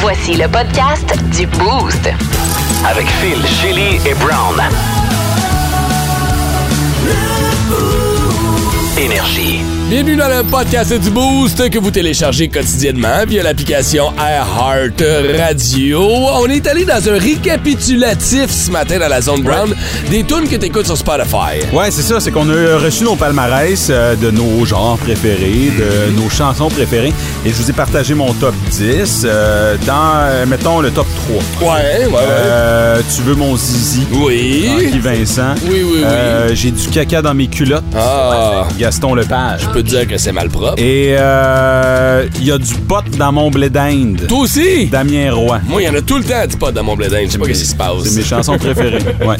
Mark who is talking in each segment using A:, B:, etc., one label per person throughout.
A: Voici le podcast du Boost.
B: Avec Phil, Chili et Brown. Énergie.
C: Bienvenue dans le podcast du Boost que vous téléchargez quotidiennement via l'application iHeart Radio. On est allé dans un récapitulatif ce matin dans la zone Brown des tunes que t'écoutes sur Spotify.
D: Ouais, c'est ça, c'est qu'on a euh, reçu nos palmarès euh, de nos genres préférés, de nos chansons préférées, et je vous ai partagé mon top 10 euh, dans, euh, mettons, le top 3.
C: Ouais, ouais, ouais.
D: Euh, tu veux mon zizi?
C: oui.
D: Frankie Vincent.
C: Oui, oui, oui.
D: Euh, J'ai du caca dans mes culottes.
C: Ah,
D: Gaston Lepage.
C: je peux te dire que c'est mal propre.
D: Et euh, il y a du pot dans mon blé d'Inde.
C: Toi aussi?
D: Damien Roy.
C: Moi, il y en a tout le temps du pot dans mon blé d'Inde. Je sais pas ce qui se
D: C'est mes
C: passe.
D: chansons préférées. Ouais.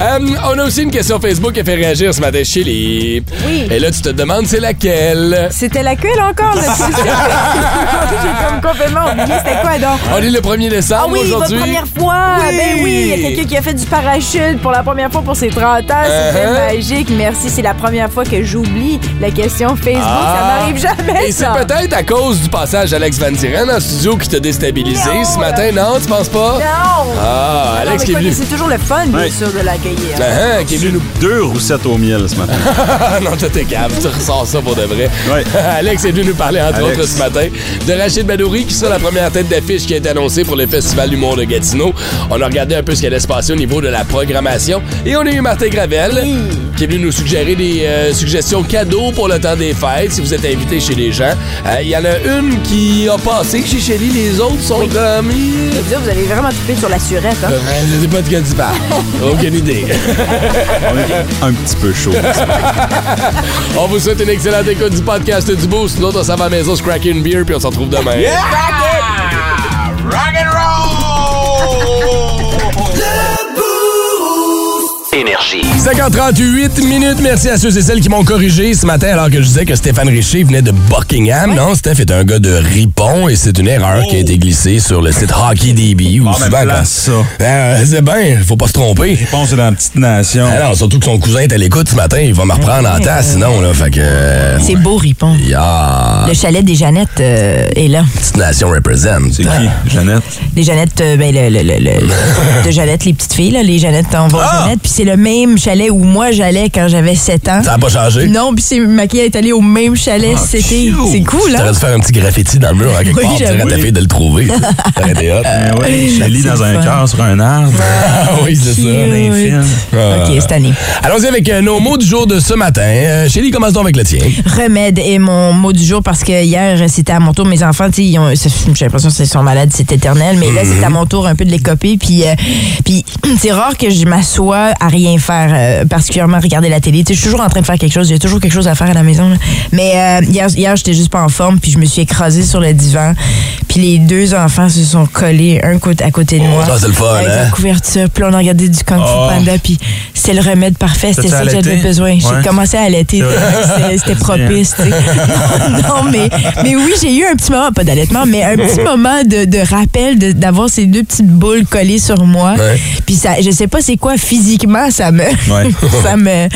C: Euh, on a aussi une question Facebook qui a fait réagir ce matin, Chili.
E: Oui.
C: Et là, tu te demandes c'est laquelle?
E: C'était la queue, là, encore, notre question. J'ai comme complètement oublié, c'était quoi, donc?
C: On est le 1er décembre
E: Ah oui, votre
C: aujourd'hui.
E: première fois!
C: Oui.
E: Ben oui, il y a quelqu'un qui a fait du parachute pour la première fois pour ses 30 ans. C'était
C: Uh-huh.
E: magique, merci. C'est la première fois que j'oublie la question Facebook. Ça
C: Ah.
E: m'arrive jamais,
C: Et c'est
E: ça.
C: peut-être à cause du passage d'Alex Van Diren en studio qui t'a déstabilisé
E: Non,
C: ce matin, non? Tu penses pas?
E: Non!
C: Ah,
E: Non,
C: Alex
E: mais
C: qui est
E: quoi,
C: venu.
E: C'est toujours le fun, bien
D: Ouais.
E: sûr, de l'accueillir.
C: Ah, ah, qui est venu nous.
D: Deux roussettes au miel ce matin.
C: Ah non, toi, t'es cave, tu ressors ça pour de vrai.
D: Ouais.
C: Alex est venu nous parler, entre
D: Alex.
C: autres, ce matin, de Rachid Badouri, qui sera la première tête d'affiche qui a été annoncée pour le Festival d'humour de Gatineau. On a regardé un peu ce qui allait se passer au niveau de la programmation. Et on a eu Martin Gravel, qui est venu nous suggérer des euh, suggestions cadeaux pour le temps des fêtes, si vous êtes invité chez les gens. Euh, Il y en a une qui a passé chez Shelly, les autres sont comme...
E: Je veux dire, vous avez vraiment trippé sur la surette, hein?
C: Euh, Je sais pas de quoi tu parles. Aucune idée.
D: On est un petit peu chaud.
C: On vous souhaite une excellente écoute du podcast du Boost. Nous autres, on s'en va à la maison, se cracker une beer, puis on se retrouve demain.
B: Énergie.
C: 5h38 minutes. Merci à ceux et celles qui m'ont corrigé ce matin alors que je disais que Stéphane Richer venait de Buckingham. Non, Steph est un gars de Ripon et c'est une erreur qui a été glissée sur le site HockeyDB ou
D: Ah, mais
C: souvent
D: Oh! place,
C: quand-
D: ça.
C: Euh, c'est bien, faut pas se tromper.
D: pense dans la petite nation.
C: Alors, surtout que son cousin est à l'écoute ce matin, il va me reprendre en tasse sinon là, fait que euh,
F: C'est beau, Ripon.
C: yeah,
F: Le chalet des Jeannettes euh, est là.
C: petite nation represent.
D: C'est qui, Jeannette?
F: Les Jeannettes, euh, ben, le, le- le- le- de Jeannette, les petites filles, là, les Jeannettes, on va aux
C: Ah!
F: Jeannettes. Puis c'est le même chalet où moi j'allais quand j'avais 7 ans.
C: Ça a pas changé. Ah,
F: Non, puis c'est Maquia est allée au même chalet
D: Ah,
F: cet été. C'est cool,
C: T'aurais
F: hein?
C: dû faire un petit graffiti dans le mur hein, à quelque
F: Oui,
C: part, dire à ta
F: j'avoue.
C: fille de le trouver. T'aurais été hot.
D: Ben oui, je lis dans un
F: fun.
D: cœur sur un arbre.
C: Ah oui, c'est ça.
D: les films.
F: Ah. OK, cette année.
C: Allons-y avec euh, nos mots du jour de ce matin. Euh, Chélie, commence donc avec le tien.
F: Remède est mon mot du jour parce que hier, c'était à mon tour. Mes enfants, tu sais, ils ont- c'est- j'ai l'impression qu'ils sont malades, c'est éternel. Mais là,
C: Mhm.
F: c'est à mon tour un peu de les copier. Puis, euh, puis c'est rare que je m'assoie à rien faire, euh, particulièrement regarder la télé. Tu sais, Je suis toujours en train de faire quelque chose. J'ai toujours quelque chose à faire à la maison. là. Mais euh, hier, hier j'étais juste pas en forme. Puis je me suis écrasée sur le divan. Puis les deux enfants se sont collés un côté à côté de moi.
C: ça, c'est le fun,
F: Avec la
C: hein?
F: couverture. Puis là, on a regardé du Kung Fu
D: Oh.
F: Panda. Puis c'était le remède parfait. C'était
D: T'as-tu
F: ça que j'avais
D: allaité?
F: besoin.
D: Ouais.
F: J'ai commencé à allaiter. C'était- C'était
D: C'est bien.
F: propice triste, tu sais. non, non, mais, mais oui, j'ai eu un petit moment, pas d'allaitement, mais un petit moment de, de rappel de- d'avoir ces deux petites boules collées sur moi.
C: Ouais.
F: Puis ça, je sais pas c'est quoi physiquement, ça me, ça me,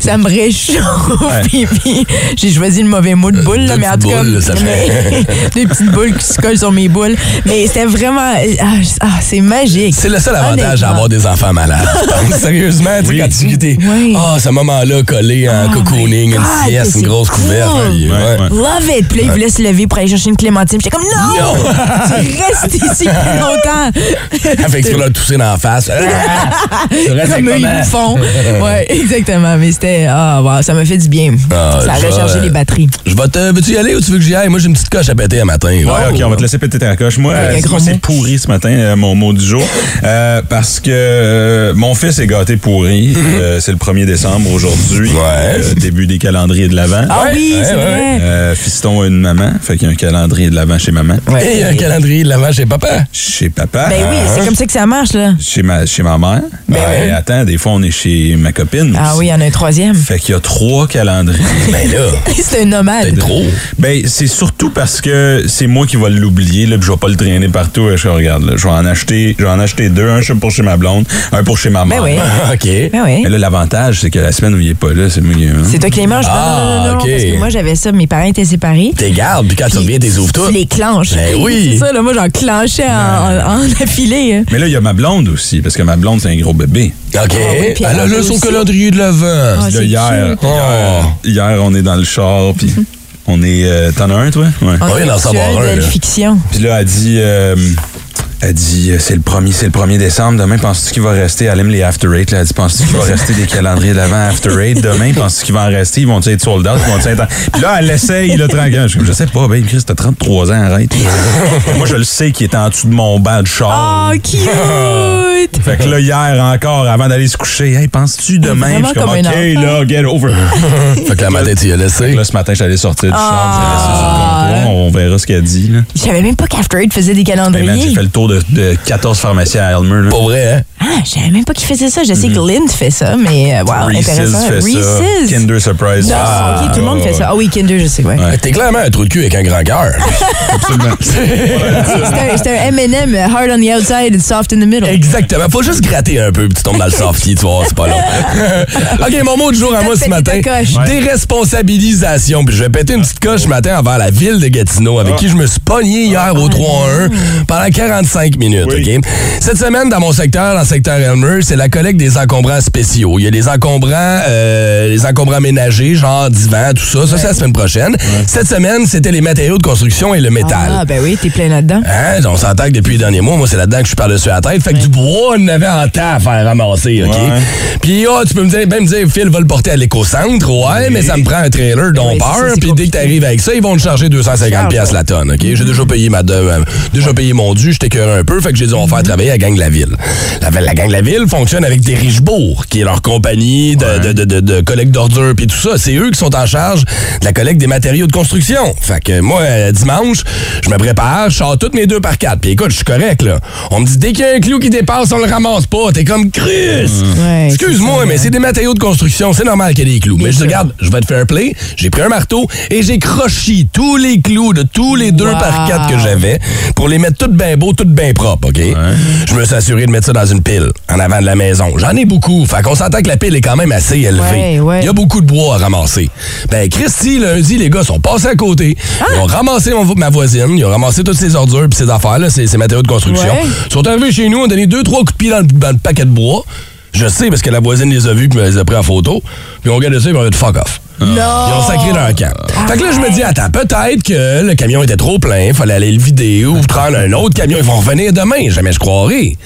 F: ça me réchauffe. Puis, puis j'ai choisi le mauvais mot de boule, là,
C: deux
F: mais en
C: petites
F: tout cas,
C: boules, ça fait-
F: deux petites boules qui se collent sur mes boules. Mais c'était vraiment, ah, ah, c'est magique.
C: C'est le seul avantage
F: Honnêtement.
C: à avoir des enfants malades. Sérieusement, tu sais, quand tu étais.
F: Oui. Oh
C: Ah, ce moment-là, collé en cocooning, une
F: God,
C: sieste,
F: c'est
C: une grosse couverte.
F: cool.
C: un lieu,
D: Ouais,
C: ouais.
D: ouais.
F: Love it! Puis là, il voulait se lever pour aller chercher une clémentine. J'étais comme, non!
C: Non!
F: Tu restes ici plus longtemps!
C: Elle fait exprès de leur tousser dans la face. Ah! Tu restes avec
F: Comme eux, ils
C: maman.
F: le font. Ouais, exactement. Mais c'était, ah, wow, ça m'a fait du bien.
C: Ah,
F: ça a
C: je vois,
F: rechargé
C: euh,
F: les batteries.
C: Je vais te. Veux-tu y aller ou tu veux que j'y aille? Moi, j'ai une petite coche à péter un matin.
D: Ouais, ok, on va te laisser péter ta coche. Moi,
F: Avec un
D: euh,
F: gros
D: moi,
F: mot.
D: c'est pourri ce matin, euh, mon mot du jour. Euh, parce que euh, mon fils est gâté pourri.
F: Mhm.
D: Euh, c'est le 1er décembre aujourd'hui.
C: Ouais.
D: Euh, début des calendriers de l'avant.
F: Ah oui,
C: ouais,
F: c'est
C: ouais.
F: vrai.
D: Euh, fiston a une maman. Fait qu'il y a un calendrier de l'avant chez maman.
C: Et il y a un calendrier de l'avant chez papa.
D: Chez papa.
C: Ah, hein?
F: Ben
D: Euh,
F: oui, c'est comme ça que ça marche, là.
D: Chez ma, chez ma mère. Ben attends, des des fois, on est chez ma copine.
F: Ah
D: aussi.
F: oui, il y en a un troisième.
D: Fait qu'il y a trois calendriers.
C: Ben là,
F: C'est un nomade.
C: c'est trop. hein?
D: Ben, c'est surtout parce que c'est moi qui vais l'oublier, là, puis je vais pas le traîner partout. Je regarde, là, je vais en acheter, je vais en acheter deux, un pour chez ma blonde, un pour chez ma
F: Ben
D: mère.
F: oui.
C: OK.
F: Ben oui.
D: Mais là, l'avantage, c'est que la semaine où il est pas là, c'est moi qui.
F: C'est toi qui les manges? Non, non, non, non,
C: Ah,
F: non,
C: ok.
F: parce que moi, j'avais ça, mes parents étaient séparés.
C: T'es gardes, puis quand tu reviens, t'es ouvres
F: Tu
C: toutes.
F: les clenches.
C: Ben oui.
F: C'est ça, là, moi, j'en clenchais en, en, en affilé. hein.
D: Mais là, il y a ma blonde aussi, parce que ma blonde, c'est un gros bébé.
C: OK.
F: Ah oui, puis
C: Elle a
F: elle
C: là
F: aussi.
C: son calendrier de l'avant.
F: Ah,
D: Là,
F: c'est
D: hier,
F: cute.
D: hier, hier, on est dans le char, puis on est. euh, T'en as un, toi? Ouais.
F: En
C: Oui, d'en
F: sexuel,
C: savoir un,
F: de
C: là.
F: fiction.
D: Puis là, elle dit, euh, elle dit, euh, c'est le premier, c'est le 1er décembre. Demain, penses-tu qu'il va rester? Elle aime les after eight. Là. Elle dit, penses-tu qu'il va rester des calendriers de l'avant after eight? Demain, penses-tu qu'il va en rester? Ils vont être sold out? Ils vont être... en- Puis là, elle essaye, là, tranquille. Je, je sais pas, ben, Chris, t'as 33 ans, arrête. Moi, je le sais qu'il est en dessous de mon banc de char.
C: Ah,
F: Oh, cute!
D: Fait que là, hier encore, avant d'aller se coucher, hey, penses-tu demain?
F: Vraiment
D: Puis je suis comme,
F: comme un
D: OK, là, get over.
C: Fait que la matin, tu y as laissé. Ah.
D: là, ce matin, j'allais sortir du char. je l'ai laissé sur le comptoir. On verra ce qu'elle dit. Là.
F: Je savais même pas qu'After Eight faisait des
C: Ben,
D: Hey, Ben, man, j'ai
F: calendriers.
D: fait le tour de, de 14 pharmacies à Elmer. là.
C: Pas vrai, hein?
F: Ah, je savais même pas qu'il faisait ça. Je sais que
C: Mm-hmm.
F: Lind fait ça, mais euh, wow,
D: Reese's
F: intéressant.
D: fait ça. Kinder Surprise.
F: Non,
D: Ah,
F: ok, tout le monde fait ça. Ah oui, Kinder, je sais, ouais.
C: Fait que T'es clairement un trou de cul avec un grand cœur.
D: Absolument.
F: C'était un- C'était un M&M, euh, hard on the outside and soft in the middle.
C: Exactement. Faut juste gratter un peu, puis tu tombes dans le softy, tu vois, c'est pas long. OK, mon mot du jour à
F: T'as
C: moi ce
F: pété
C: matin.
F: ta coche. Ouais.
C: Déresponsabilisation. Puis je vais péter une petite coche ce matin envers la ville de Gatineau, avec qui je me suis pogné hier au 3-1 pendant 45 minutes, OK? Cette semaine, dans mon secteur, dans le secteur Elmer, c'est la collecte des encombrants spéciaux. Il y a les encombrants, euh, les encombrants ménagers, genre divan, tout ça. Ça, c'est la semaine prochaine. Cette semaine, c'était les matériaux de construction et le métal.
F: Ah, ben oui, t'es plein là-dedans.
C: Hein? On s'entend que depuis les derniers mois, moi, c'est là-dedans que je suis par-dessus la tête. Fait que du bois, on en avait en temps à faire ramasser, OK? Puis, ah, tu peux me dire, ben, me dire, Phil va le porter à l'éco-centre, ouais, mais ça me prend un trailer
F: Ben
C: dont
F: oui, c'est ça, c'est
C: peur. Puis, dès que
F: compliqué.
C: t'arrives avec ça, ils vont te charger 250
F: Charge,
C: pièces
F: ouais.
C: la tonne, OK? J'ai déjà payé ma de- euh, déjà payé mon dû, j'étais un peu, fait que j'ai dit, on va faire travailler la gang de la ville. La, la gang de la ville fonctionne avec des Richebourg, qui est leur compagnie de, de- de- de- de collecte d'ordures, puis tout ça. C'est eux qui sont en charge de la collecte des matériaux de construction. Fait que moi, euh, dimanche, je me prépare, je sors toutes mes deux par quatre. Puis écoute, je suis correct, là. On me dit, dès qu'il y a un clou qui dépasse, on le ramasse pas. T'es comme Chris!
F: Ouais,
C: Excuse-moi, mais c'est des matériaux de construction. C'est normal qu'il y ait des clous. mais je dis, regarde, je vais te faire un play. J'ai pris un marteau et j'ai crochi tous les clous de tous les deux par quatre que j'avais pour les mettre toutes bien beaux, toutes bien propres, OK? Je me suis assuré de mettre ça dans une pile en avant de la maison. J'en ai beaucoup. Fait qu'on s'entend que la pile est quand même assez élevée.
F: Ouais, ouais.
C: Il y a beaucoup de bois à ramasser. Ben, Christy, lundi, les gars sont passés à côté.
F: Ah!
C: Ils ont ramassé mon- ma voisine. Ils ont ramassé toutes ses ordures puis ses affaires, là, ses, ses matériaux de construction.
F: Ouais.
C: Ils sont arrivés chez nous, on a donné deux, trois coups de pied dans le, dans le paquet de bois. Je sais parce que la voisine les a vus puis les a pris en photo. Puis on regardé ça et on a dit fuck off.
G: Ah.
C: Ils ont sacré leur camp.
F: Ah.
C: Fait que là, je me dis, attends, peut-être que le camion était trop plein, fallait aller le vider ou prendre un autre camion. Ils vont revenir demain, jamais je croirais.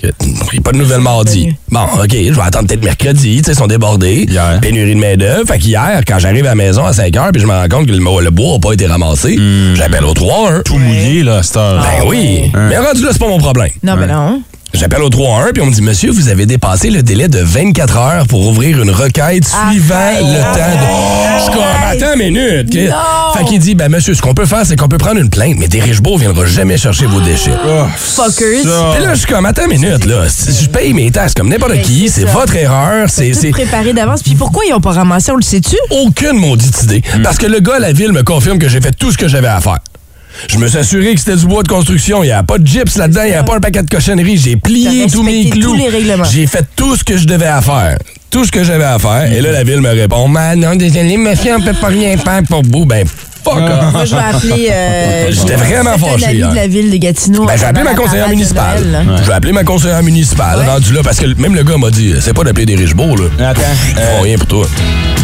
C: Que- pis Pas de nouvelles mardi. Bon, OK, je vais attendre peut-être mercredi. Tu sais, ils sont débordés.
D: Hier.
C: Pénurie de main-d'œuvre. Fait qu'hier, quand j'arrive à la maison à 5 h puis je me rends compte que le, le bois n'a pas été ramassé, j'appelle au 3-1.
D: Hmm. Tout mouillé, là, à cette heure. Hein.
C: Ben oui. Mais rendu là, c'est pas mon problème.
F: Ah Non, ben non.
C: J'appelle au 3-1 puis on me dit Monsieur, vous avez dépassé le délai de 24 heures pour ouvrir une requête
F: Ah,
C: suivant le temps de. Je suis comme, attends une minute. Chris. Fait qu'il dit Ben monsieur, ce qu'on peut faire, c'est qu'on peut prendre une plainte, mais des ne viendra jamais chercher vos déchets.
F: Ah,
C: Oh,
F: Fuckers.
D: Ça.
C: Puis là, je suis comme, attends une minute, là. Si Je paye mes taxes comme n'importe
F: Ben,
C: qui.
F: c'est
C: C'est
F: ça.
C: votre erreur. C'est.
F: Tout
C: c'est-
F: préparé d'avance. Puis pourquoi ils ont pas ramassé, on le sait-tu?
C: aucune maudite idée. Parce que le gars à la ville me confirme que j'ai fait tout ce que j'avais à faire. Je me suis assuré que c'était du bois de construction. Il n'y a pas de gyps là-dedans. Il n'y a pas un paquet de cochonneries. J'ai plié
F: T'as
C: tous mes
F: respecté
C: clous.
F: tous les règlements.
C: J'ai fait tout ce que je devais à faire. Tout ce que j'avais à faire. Et là, la ville me répond Man, non, désolé, monsieur, on peut pas rien faire pour vous. Ben, fuck off.
F: Moi, je vais appeler. euh,
C: J'étais vraiment
F: c'est un
C: fâché,
F: ami
C: hein.
F: de la ville de Gatineau.
C: Ben, j'ai appelé
F: avant la
C: ma conseillère
F: parade de
C: municipale.
F: Noël, là.
C: Je vais appeler ma conseillère municipale, rendu là, parce que même le gars m'a dit c'est pas d'appeler des riches beaux, là.
D: Attends,
C: Ils
D: euh,
C: font rien pour toi.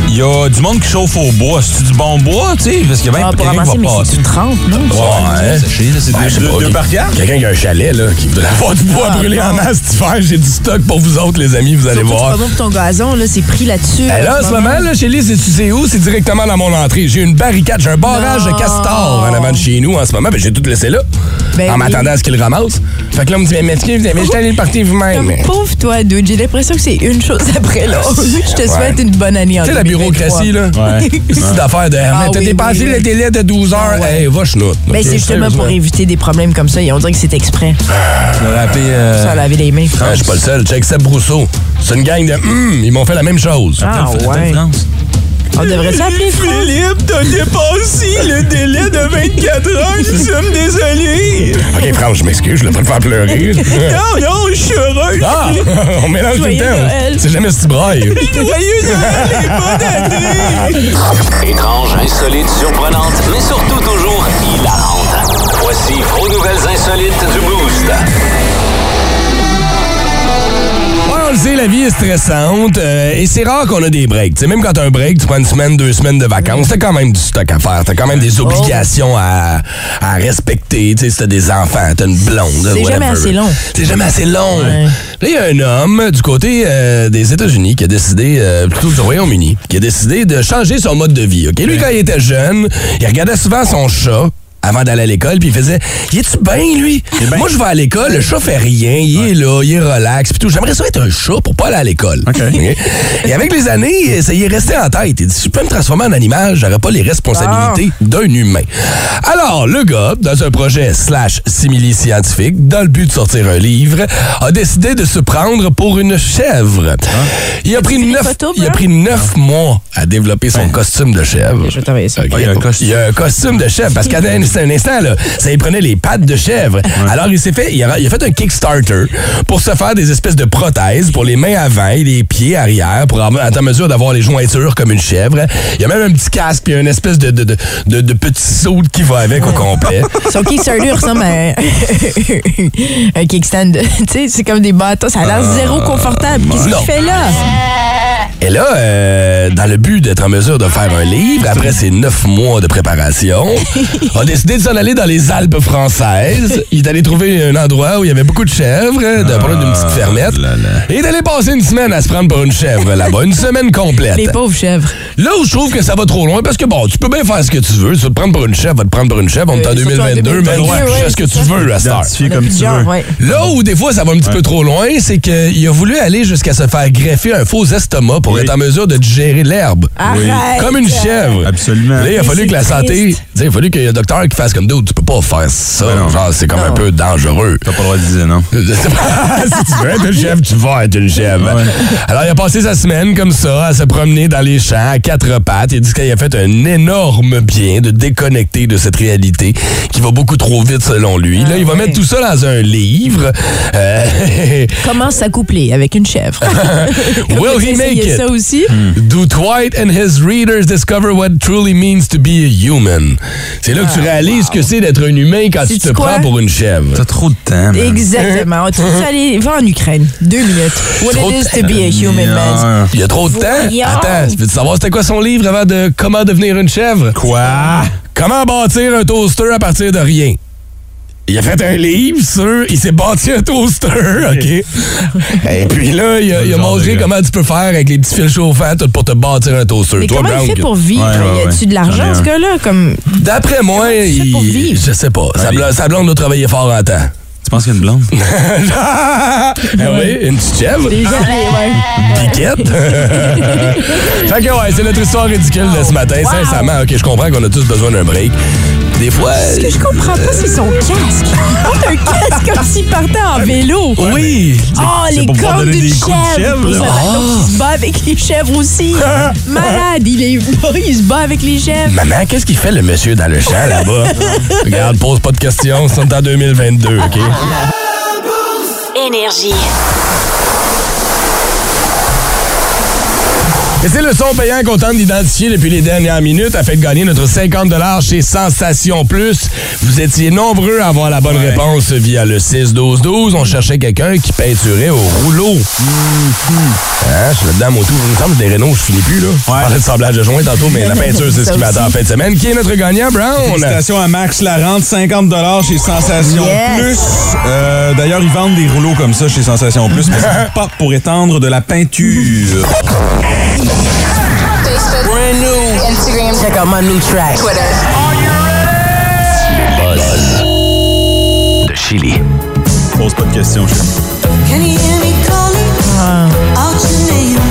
D: il y a du monde qui chauffe au bois. C'est du bon bois, tu sais, parce qu'il y a bien
F: Ah, pour
D: quelqu'un
F: ramasser,
D: qui
F: mais
D: va
F: c'est
D: passer.
F: du 30, non?
C: Ouais, hein?
D: séché, là, c'est
C: Ouais,
D: deux-
C: je sais
D: deux-
C: pas,
D: deux
C: ok.
D: par quatre.
C: Quelqu'un qui a un chalet, là, qui voudrait avoir du bois brûlé en masse cet hiver. J'ai du stock pour vous autres, les amis, vous allez
F: Ah, Surtout, C'est
C: voir.
F: pas bon pour ton gazon, là, c'est pris là-dessus.
C: Ben là, en ce moment, là, chez Lise, tu sais où? C'est directement dans mon entrée. J'ai une barricade, j'ai un barrage de castors en avant de chez nous en ce moment. Ben, j'ai tout laissé là.
F: Ben
C: en
F: oui.
C: m'attendant à ce qu'ils ramassent. Fait que là, on me dit, mais excusez, vous avez juste allé le partir vous-même. Ah,
F: Comme pauvre toi, dude, j'ai l'impression que c'est une chose après l'autre. Je te souhaite une bonne année en
C: Tu sais, la
F: 2023.
C: bureaucratie, là.
D: Ouais.
F: Ben,
C: C'est une affaire de. Ah, mais t'as
F: oui,
C: dépassé
F: oui, Ah oui.
C: le délai de 12 heures. Hey, va chenoute.
F: Ben,
C: OK,
F: c'est justement pour
C: sérieusement.
F: éviter des problèmes comme ça. Et on dirait que c'est exprès.
D: Je l'aurais appelé. euh,
F: Ça, laver les mains.
C: Ouais, Je suis pas le seul. Check Seb Brousseau. C'est une gang de. Hum, ils m'ont fait la même chose.
F: Ah ouais. Ah,
D: France.
F: On devrait s'appeler Phil.
C: Philippe, t'as dépassé le délai de 24 heures. Nous sommes désolés. OK, France, je m'excuse. Je l'ai pas de faire pleurer. non, non, je suis heureux. Ah, on mélange
F: Joyeux
C: tout le temps.
F: Noël.
C: C'est jamais si braille.
H: Étrange, insolite, surprenante, mais surtout toujours hilarante. Voici vos nouvelles insolites du Boost.
C: Ouais, on le sait, la vie est stressante euh, et c'est rare qu'on a des breaks. Tu sais, même quand t'as un break, tu prends une semaine, deux semaines de vacances, t'as quand même du stock à faire, t'as quand même
F: Oh.
C: des obligations à, à respecter. Tu sais, si t'as des enfants, t'as une blonde,
F: C'est
C: whatever.
F: jamais assez long.
C: C'est jamais assez long. Là, il y a un homme du côté euh, des États-Unis qui a décidé, euh, plutôt du Royaume-Uni, qui a décidé de changer son mode de vie. Ok, Lui, quand il était jeune, il regardait souvent son chat avant d'aller à l'école, puis il faisait « Y est-tu bien, lui? Moi, je vais à l'école, le chat fait rien, il est là, il est relax, puis tout. J'aimerais ça être un chat pour pas aller à l'école. Ok? Et avec les années, ça y est resté en tête. Il dit « Si je peux me transformer en animal, j'aurais pas les responsabilités d'un humain. » Alors, le gars, dans un projet slash simili-scientifique, dans le but de sortir un livre, a décidé de se prendre pour une chèvre.
F: Ah.
C: Il a pris neuf,
F: photos,
C: il a
F: Blanc?
C: pris neuf mois à développer son costume de chèvre.
F: Je vais travailler ça.
C: Ok.
D: Ah, il y a un costume.
C: Il y a un costume de chèvre parce qu'à un instant- un instant, là, ça il prenait les pattes de chèvre. Alors il s'est fait, il a, il a fait un Kickstarter pour se faire des espèces de prothèses pour les mains avant et les pieds arrière pour avoir- être en mesure d'avoir les jointures comme une chèvre. Il y a même un petit casque puis une espèce de, de, de, de- de petit saut qui va avec au complet.
F: Son Kickstarter ressemble à un, un kickstand. Tu sais, c'est comme des bâtons. Ça a l'air
C: Ah,
F: zéro confortable. Qu'est-ce
C: non.
F: qu'il fait là?
C: Et là, euh, dans le but d'être en mesure de faire un livre, après ces neuf mois de préparation, on a décidé de s'en aller dans les Alpes françaises. Il est allé trouver un endroit où il y avait beaucoup de chèvres, de prendre une petite fermette.
D: Ah, là là.
C: Et il est allé passer une semaine à se prendre pour une chèvre là-bas, une semaine complète.
F: Les pauvres chèvres.
C: Là où je trouve que ça va trop loin, parce que bon, tu peux bien faire ce que tu veux. Tu vas te prendre pour une chèvre, va te prendre pour une chèvre, on est en
F: Euh, surtout en
C: 2022, mais
F: 2022,
C: tu fais
F: ouais,
C: ce que
F: c'est
C: tu
F: ça.
C: veux à cette heure.
F: On
D: Identifié
F: a
D: comme tu
F: plusieurs,
D: veux.
F: ouais.
C: Là où des fois ça va un petit peu trop loin, c'est qu'il a voulu aller jusqu'à se faire greffer un faux estomac pour
D: Oui.
C: être en mesure de digérer l'herbe.
F: Arrête!
C: Comme une chèvre.
D: Absolument.
C: Là, il a
F: Mais
C: fallu
F: c'est
C: que la santé.
F: triste.
C: tu sais, Il a fallu qu'il y ait un docteur qui fasse comme d'autres. Tu peux pas faire ça.
D: Ben non.
C: Genre, c'est comme un peu dangereux.
D: T'as pas le droit de dire non.
C: si tu veux être une chèvre, tu vas être une chèvre.
D: Ouais.
C: Alors, il a passé sa semaine comme ça, à se promener dans les champs à quatre pattes. Il dit qu'il a fait un énorme bien de déconnecter de cette réalité qui va beaucoup trop vite selon lui. Là, il va
F: ouais.
C: mettre tout ça dans un livre. Euh,
F: Comment s'accoupler avec une chèvre?
C: Will
F: J'ai
C: he
F: essayé
C: make it? Hmm.
F: ça aussi?
C: Do Dwight and his readers discover what truly means to be a human? C'est là que tu réalises ce que c'est d'être un humain quand tu
F: Ah, Sais-tu
C: te
F: quoi?
C: prends pour une chèvre.
D: T'as trop de temps, man.
F: Exactement. Tu veux aller va en Ukraine. Deux minutes. What
C: Trop
F: it is
C: de-
F: to be a human man.
D: Ah,
C: Il y a trop de
F: Ben, Voyons.
C: temps. Attends, tu veux savoir c'était quoi son livre avant de comment devenir une chèvre? Quoi? Comment bâtir un toaster à partir de rien? Il a fait un livre sur. Il s'est bâti un toaster, OK? Et puis là, il a, il a
D: genre de
C: montré
D: gars.
C: comment tu peux faire avec les petits fils chauffants tout pour te bâtir un toaster.
F: Mais
C: Toi,
F: comment il
C: Brown,
F: fait
C: que-
F: pour vivre?
D: Ouais, ouais,
F: y a-tu
D: ouais.
F: de l'argent,
D: J'en ai
F: ce
D: un.
F: gars-là? Comme...
C: D'après moi,
F: il fait pour
C: il...
F: vivre?
C: je sais pas. Sa
D: Ouais.
C: blonde, sa blonde doit travailler fort en temps.
D: Tu penses qu'il y a une blonde?
C: ah oui, une petite chèvre.
F: Des gens, ouais.
C: Piquette. fait que ouais, c'est notre histoire ridicule de ce matin, sincèrement. OK, je comprends qu'on a tous besoin d'un break. Des fois...
F: Ce que je comprends pas, c'est son casque. Il porte un casque comme s'il partait en vélo.
C: Oui.
F: Oh, les
D: pour pouvoir
F: cornes
D: donner
F: d'une
D: des coups de
F: chèvre!
D: chèvre,
F: Pour
D: là. Ah.
F: ça, maintenant, Il se bat avec les chèvres aussi! Malade! Il, est... il se bat avec les chèvres!
C: Maman, qu'est-ce qu'il fait le monsieur dans le champ là-bas? Regarde, pose pas de questions, c'est en 2022, OK?
I: Énergie.
C: Et c'est le son payant qu'on tente d'identifier depuis les dernières minutes afin de gagner notre 50 chez Sensation Plus. Vous étiez nombreux à avoir la bonne réponse via le 6-12-12. On cherchait quelqu'un qui peinturait au rouleau. Hein, je suis là-dedans, mon tour. Il me semble que des Renault, je finis plus, là. Je parlais de semblage de joint tantôt, mais la peinture, c'est ce
F: Ça
C: qui m'attend en fin de semaine. Qui est notre gagnant, Brown?
D: Félicitations à Max Larente, 50 chez Sensation
F: Yes.
D: Plus. Euh, D'ailleurs, ils vendent des rouleaux comme ça chez Sensation Plus, mais ça pas pour étendre de la peinture.
F: Check out my new track!
H: De Chili.
D: Pause suggestions. je-
B: Can you hear me calling
F: Ah.
B: out your name?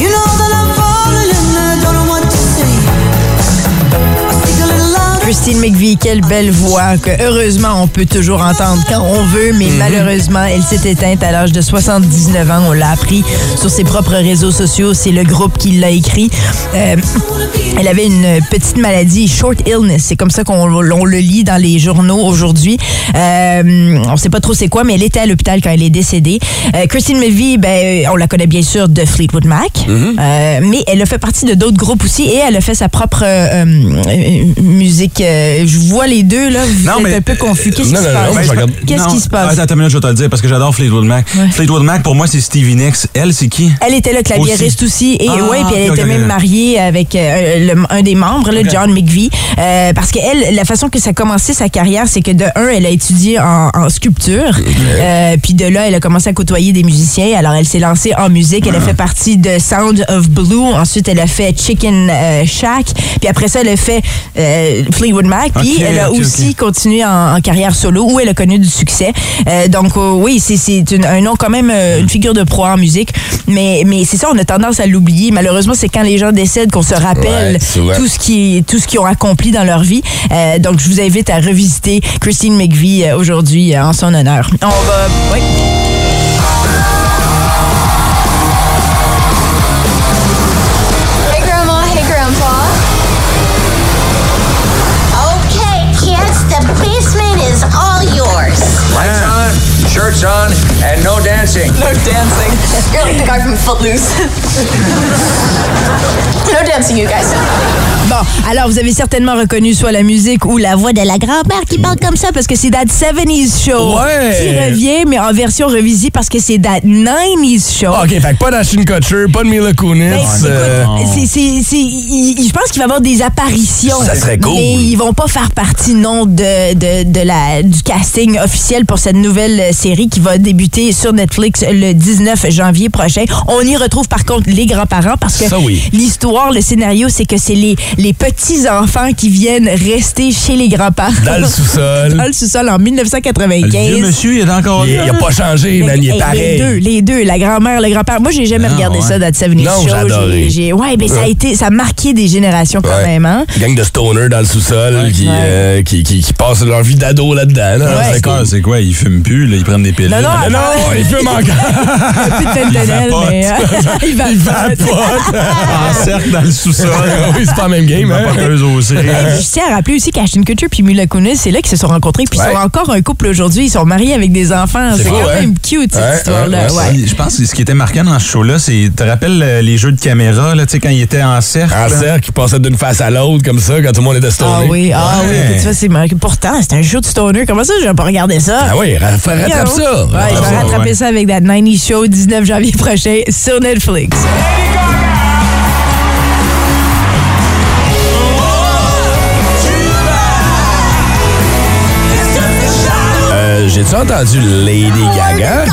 B: You know that I'm falling and I don't know what to say. I speak a little louder.
F: Christine McVie, quelle belle voix que heureusement on peut toujours entendre quand on veut, mais malheureusement elle s'est éteinte à l'âge de 79 ans. On l'a appris sur ses propres réseaux sociaux, c'est le groupe qui l'a écrit. Euh, elle avait une petite maladie, short illness, c'est comme ça qu'on l'on le lit dans les journaux aujourd'hui. Euh, on sait pas trop c'est quoi, mais elle était à l'hôpital quand elle est décédée. Euh, Christine McVie, ben, on la connaît bien sûr de Fleetwood Mac, Euh, mais elle a fait partie de d'autres groupes aussi et elle a fait sa propre euh, euh, euh, musique. Euh, je vois les deux, là. Vous
D: Non,
F: êtes
D: mais-
F: un peu confus. Qu'est-ce qui
C: euh, non,
F: se
C: non, non,
F: passe?
C: je regarde.
F: Qu'est-ce
D: Non,
F: qui se passe?
D: Attends, attends une minute, je vais te le dire parce que j'adore Fleetwood Mac. Fleetwood Mac, pour moi, c'est Stevie Nicks. Elle, c'est qui?
F: Elle était là, clavieriste aussi. Et
D: Ah,
F: ouais, puis elle
D: ok,
F: était
D: ok,
F: même
D: ok.
F: mariée avec euh, le- un des membres, là, John McVie. Euh, parce que elle, la façon que ça a commencé sa carrière, c'est que de un, elle a étudié en, en sculpture. Euh, puis de là, elle a commencé à côtoyer des musiciens. Alors, elle s'est lancée en musique. Elle a fait partie de Sound of Blue. Ensuite, elle a fait Chicken euh, Shack. Puis après ça, elle a fait euh, Fleetwood Mac. Puis
D: Ok,
F: elle a
D: ok, ok.
F: aussi continué en, en carrière solo où elle a connu du succès. Euh, donc euh, oui, c'est- c'est une- un nom quand même, euh, une figure de proie en musique. Mais, mais c'est ça, on a tendance à l'oublier. Malheureusement, c'est quand les gens décèdent qu'on se rappelle
C: Ouais, souvent.
F: tout ce qui tout ce qu'ils ont accompli dans leur vie. Euh, donc je vous invite à revisiter Christine McVie euh, aujourd'hui euh, en son honneur. On va... Oui.
J: Hey, Grandma. Hey, Grandpa. Okay, kids, the basement is all yours.
K: Lights on, shirts on, and no dancing.
I: No dancing. You're like the guy from Footloose. no dancing, you guys.
F: Bon, alors vous avez certainement reconnu soit la musique ou la voix de la grand-mère qui parle comme ça parce que c'est That 70s Show
C: Ouais.
F: qui revient, mais en version revisée parce que c'est That 90s Show.
C: Ah, OK, fait que pas d'Ashin Kutcher, pas de Mila Kunis.
F: Ben, écoute,
C: euh,
F: c'est- c'est- c'est- il- il- je pense qu'il va y avoir des apparitions.
C: Ça serait cool.
F: Mais ils vont pas faire partie, non, de, de- de la, du casting officiel pour cette nouvelle euh, série qui va débuter sur Netflix le 19 janvier prochain. On y retrouve, par contre, les grands-parents parce que
C: Ça, oui.
F: l'histoire, le scénario, c'est que c'est les, les petits-enfants qui viennent rester chez les grands-parents.
C: dans le
F: Dans
C: sous-sol.
F: le sous-sol en
D: Le vieux
F: 1995.
D: monsieur, il est encore
C: Il,
D: là.
C: il a pas changé, man,
F: Hey,
C: il est
F: Les deux,
C: pareil.
F: les deux, la grand-mère, le grand-père. Moi, j'ai jamais
D: Ah,
F: regardé
D: ouais.
F: ça That 70
C: Non,
F: Show.
C: j'ai adoré.
F: J'ai- j'ai- Ouais, ben ça a été, ça a marqué des générations quand
C: Ouais.
F: même. Hein?
C: Gang de stoner dans le sous-sol qui,
F: Ouais.
C: euh, qui, qui, qui passent leur vie d'ado là-dedans. là.
D: Ah,
C: C'est
D: c'est
C: cool.
D: quoi, c'est quoi? Ils fument plus, là, ils prennent des pilules.
F: Non, non,
C: Mais non, il fume encore.
F: Plus de fentanyl,
D: vapote.
F: mais euh, il va.
D: En cercle dans le sous-sol.
C: oui, c'est pas la même game. hein.
D: Vapoteuse au
F: Et puis, je tiens à rappeler aussi qu'Ashton Kutcher puis Mila Kunis, c'est là qu'ils se sont rencontrés, puis
C: Ouais.
F: ils sont encore un couple aujourd'hui. Ils sont mariés avec des enfants.
C: C'est
F: C'est
C: fou,
F: quand
C: hein?
F: même cute, cette
C: Ouais,
F: histoire-là.
C: ouais, ouais.
F: Ouais.
D: Je pense que ce qui était marquant dans ce show-là, c'est. Tu te rappelles euh, les jeux de caméra, là, tu sais, quand ils étaient en cercle? là?
C: En cercle, qui passait d'une face à l'autre, comme ça, quand tout le monde était stoner.
F: Ah oui, ah
D: Ouais.
F: oui. Tu vois, c'est marqué. Pourtant, c'est un show de stoner. Comment ça, j'ai pas regardé ça?
C: Ah oui, ra- fa- rattrape ça. Ah,
F: Ouais, je vais
D: ça,
F: rattraper
D: ouais.
F: ça avec That 90 Show 19 janvier prochain sur Netflix.
C: Euh, J'ai-tu entendu
F: Oh
C: Lady Gaga?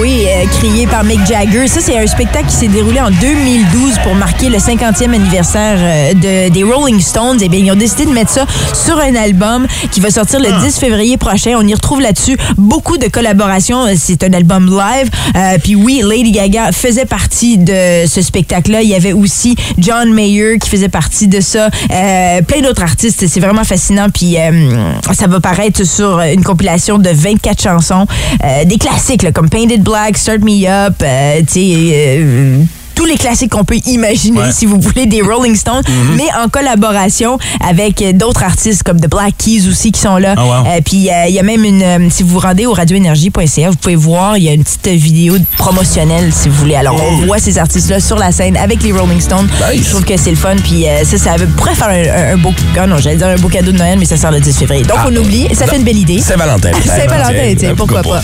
F: Oui, euh, crié par Mick Jagger. Ça, c'est un spectacle qui s'est déroulé en 2012 pour marquer le 50e anniversaire euh, de, des Rolling Stones. Et bien, ils ont décidé de mettre ça sur un album qui va sortir le 10 février prochain. On y retrouve là-dessus beaucoup de collaborations. Euh, C'est un album live. Euh, Puis oui, Lady Gaga faisait partie de ce spectacle-là. Il y avait aussi John Mayer qui faisait partie de ça. Euh, plein d'autres artistes. C'est vraiment fascinant. Puis euh, ça va paraître sur une compilation de 24 chansons. Euh, des classiques là, comme Painted Black, Start Me Up, euh, tu sais, euh, tous les classiques qu'on peut imaginer,
D: Ouais.
F: si vous voulez, des Rolling Stones, mais en collaboration avec euh, d'autres artistes comme The Black Keys aussi qui sont là.
D: Ah, wow.
F: Euh, Puis euh, il y a même une, euh, si vous vous rendez au radioénergie.ca, vous pouvez voir, il y a une petite vidéo promotionnelle si vous voulez. Alors on voit ces artistes-là sur la scène avec les Rolling Stones.
C: Nice.
F: Je trouve que c'est le fun. Puis euh, ça, ça pourrait faire un, un- un beau, ah non, j'allais dire un beau cadeau de Noël, mais ça sort le 10 février. Donc on oublie, ça fait une belle idée.
C: Ah. Saint-Valentin.
F: Saint-Valentin, tiens, pourquoi pas.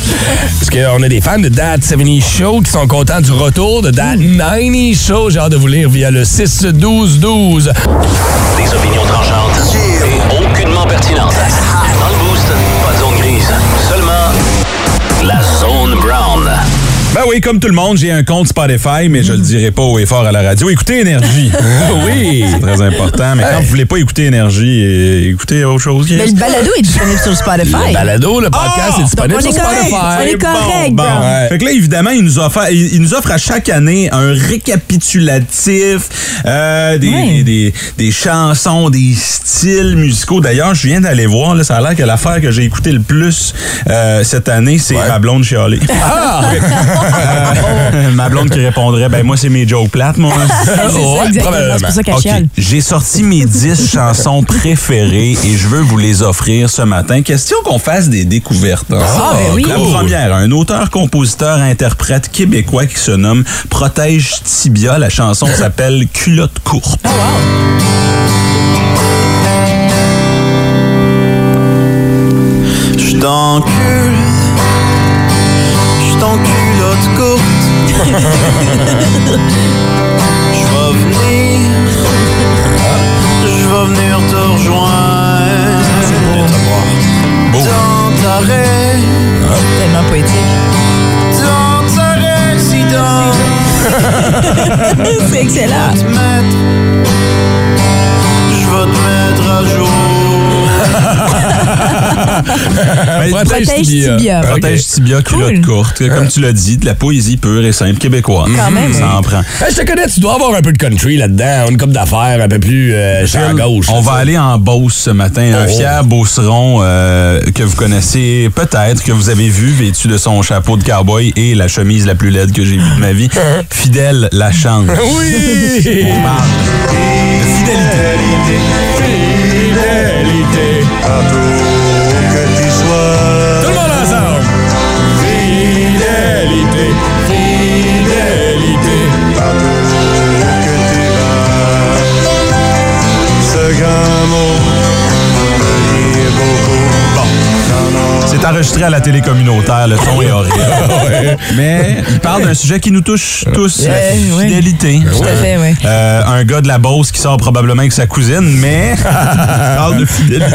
C: Parce qu'on a des fans de That 70 Show qui sont contents du retour de That
F: Mm.
C: 90 Show. J'ai hâte de vous lire via le 6-12-12.
H: Des opinions tranchantes et aucunement Ah, pertinentes. Dans le boost, pas de zone grise, seulement la zone brown.
D: Ben oui, comme tout le monde, j'ai un compte Spotify, mais je le dirai pas haut et fort à la radio. Écoutez Énergie. oui. C'est très important. Mais quand vous voulez pas écouter Énergie, euh, écoutez autre chose.
F: Mais le balado est disponible sur Spotify. Oh!
C: Le balado, le podcast
D: Ah!
C: est disponible
F: Donc, on
C: sur
F: est correct.
C: Spotify.
F: On est correct,
D: Bon,
F: Brown.
D: ouais. Fait que là, évidemment, il nous offre, il, il nous offre à chaque année un récapitulatif, euh, des,
F: Ouais.
D: des, des chansons, des styles musicaux. D'ailleurs, je viens d'aller voir, là, ça a l'air que l'affaire que j'ai écoutée le plus euh, cette année, c'est ma blonde chialée.
C: Ah!
D: Euh, ma blonde qui répondrait, ben moi, c'est mes jokes plates, moi.
F: ça,
C: Ouais,
F: exactement.
C: probablement.
F: C'est pour ça qu'elle
D: OK.
F: chiale.
D: J'ai sorti mes 10 chansons préférées et je veux vous les offrir ce matin. Question qu'on fasse des découvertes. hein.
F: Ah, ben oui.
D: La
F: cool.
D: première, un auteur, compositeur, interprète québécois qui se nomme Protège Tibia. La chanson s'appelle Culotte courte.
F: Oh,
B: Je t'encule, je t'encule haute courte. Je vais venir, je vais venir te rejoindre. Dans ta rêve,
C: Ah,
F: Tellement poétique.
B: dans ta résidence.
F: C'est excellent.
B: te mettre, je vais te mettre à jour.
C: Protège
F: Protège
C: Tibia.
F: Tibia.
D: Ben, Protège Tibia, culotte
F: Cool.
D: courte. Comme tu l'as dit, de la poésie pure et simple québécoise. Mm-hmm.
F: Quand même.
D: Ça en prend.
C: Mm-hmm. Hey, je te connais, tu dois avoir un peu de country là-dedans, une coupe d'affaires un peu plus euh, champ à gauche.
D: On
C: là,
D: va
C: ça.
D: aller en Beauce ce matin. Un
C: Oh.
D: fier beauceron euh, que vous connaissez peut-être, que vous avez vu vêtu de son chapeau de cowboy et la chemise la plus laide que j'ai vue de ma vie. Fidèle Lachance.
C: Oui!
D: On parle de fidélité.
C: Tout le monde ensemble! Fidélité, fidélité.
D: C'est enregistré à la télé communautaire, le ton est horrible. Mais il parle d'un sujet qui nous touche tous, la
F: Ouais, ouais.
D: fidélité.
F: Tout à fait, oui.
D: Euh, un gars de la Beauce qui sort probablement avec sa cousine, mais il parle de fidélité.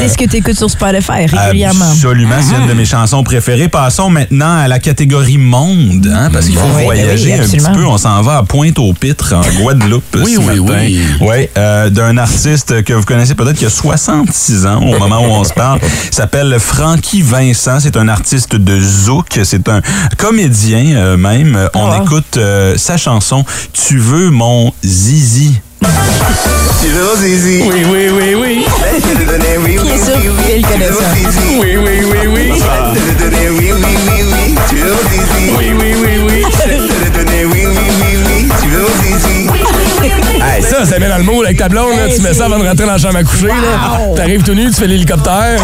F: C'est ce que tu écoutes sur Spotify régulièrement.
D: Absolument, c'est une de
F: Ah.
D: mes chansons préférées. Passons maintenant à la catégorie monde, hein, parce qu'il faut
F: Oui,
D: voyager
F: oui,
D: un petit
F: absolument.
D: peu. On s'en va à Pointe-aux-Pitres, en Guadeloupe.
C: Oui,
D: ce
C: oui,
D: matin.
C: oui.
D: Ouais, euh, D'un artiste que vous connaissez peut-être qui a 66 ans au moment où on se parle. Il s'appelle Frankie Vincent. C'est un artiste de Zouk. C'est un comédien euh, même. On
F: Ah.
D: écoute euh, sa chanson Tu veux mon zizi.
K: Tu veux Zizi?
C: Oui, oui, oui, oui.
K: Laisse te donner oui, oui,
F: Bien sûr,
K: oui, oui.
F: il connaît
K: Tu veux
F: ça.
K: Zizi?
C: Oui, oui, oui, oui.
K: Laisse te donner oui, oui, oui, oui. Tu veux Zizi?
C: Oui, oui, oui, oui.
K: Laisse te donner oui, oui, oui, oui. Tu veux Zizi?
C: Hey, ça, ça met dans le moule avec ta blonde, là, tu mets ça avant de rentrer dans la chambre à coucher. là. T'arrives tout nu, tu fais l'hélicoptère.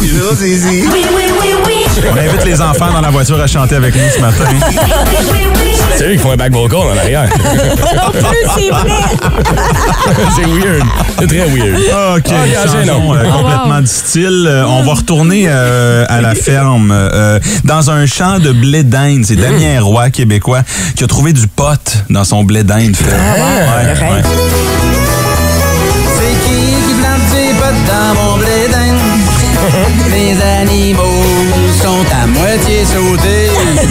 K: Tu veux Zizi?
D: On invite les enfants dans la voiture à chanter avec nous ce matin.
C: C'est eux qui font un back vocal en arrière.
F: En plus, c'est vrai.
C: C'est weird. C'est très weird.
D: OK,
C: Ah, il y a
D: chanson,
C: gênant.
D: euh, complètement du style. Euh, on va retourner euh, à la ferme euh, dans un champ de blé d'Inde. C'est Damien Roy, québécois, qui a trouvé du pot dans son blé d'Inde. fait. Ouais,
F: Ah, le rêve.
D: ouais.
B: C'est qui qui plante ses potes dans mon blé d'Inde? Les animaux sont à moitié sautés.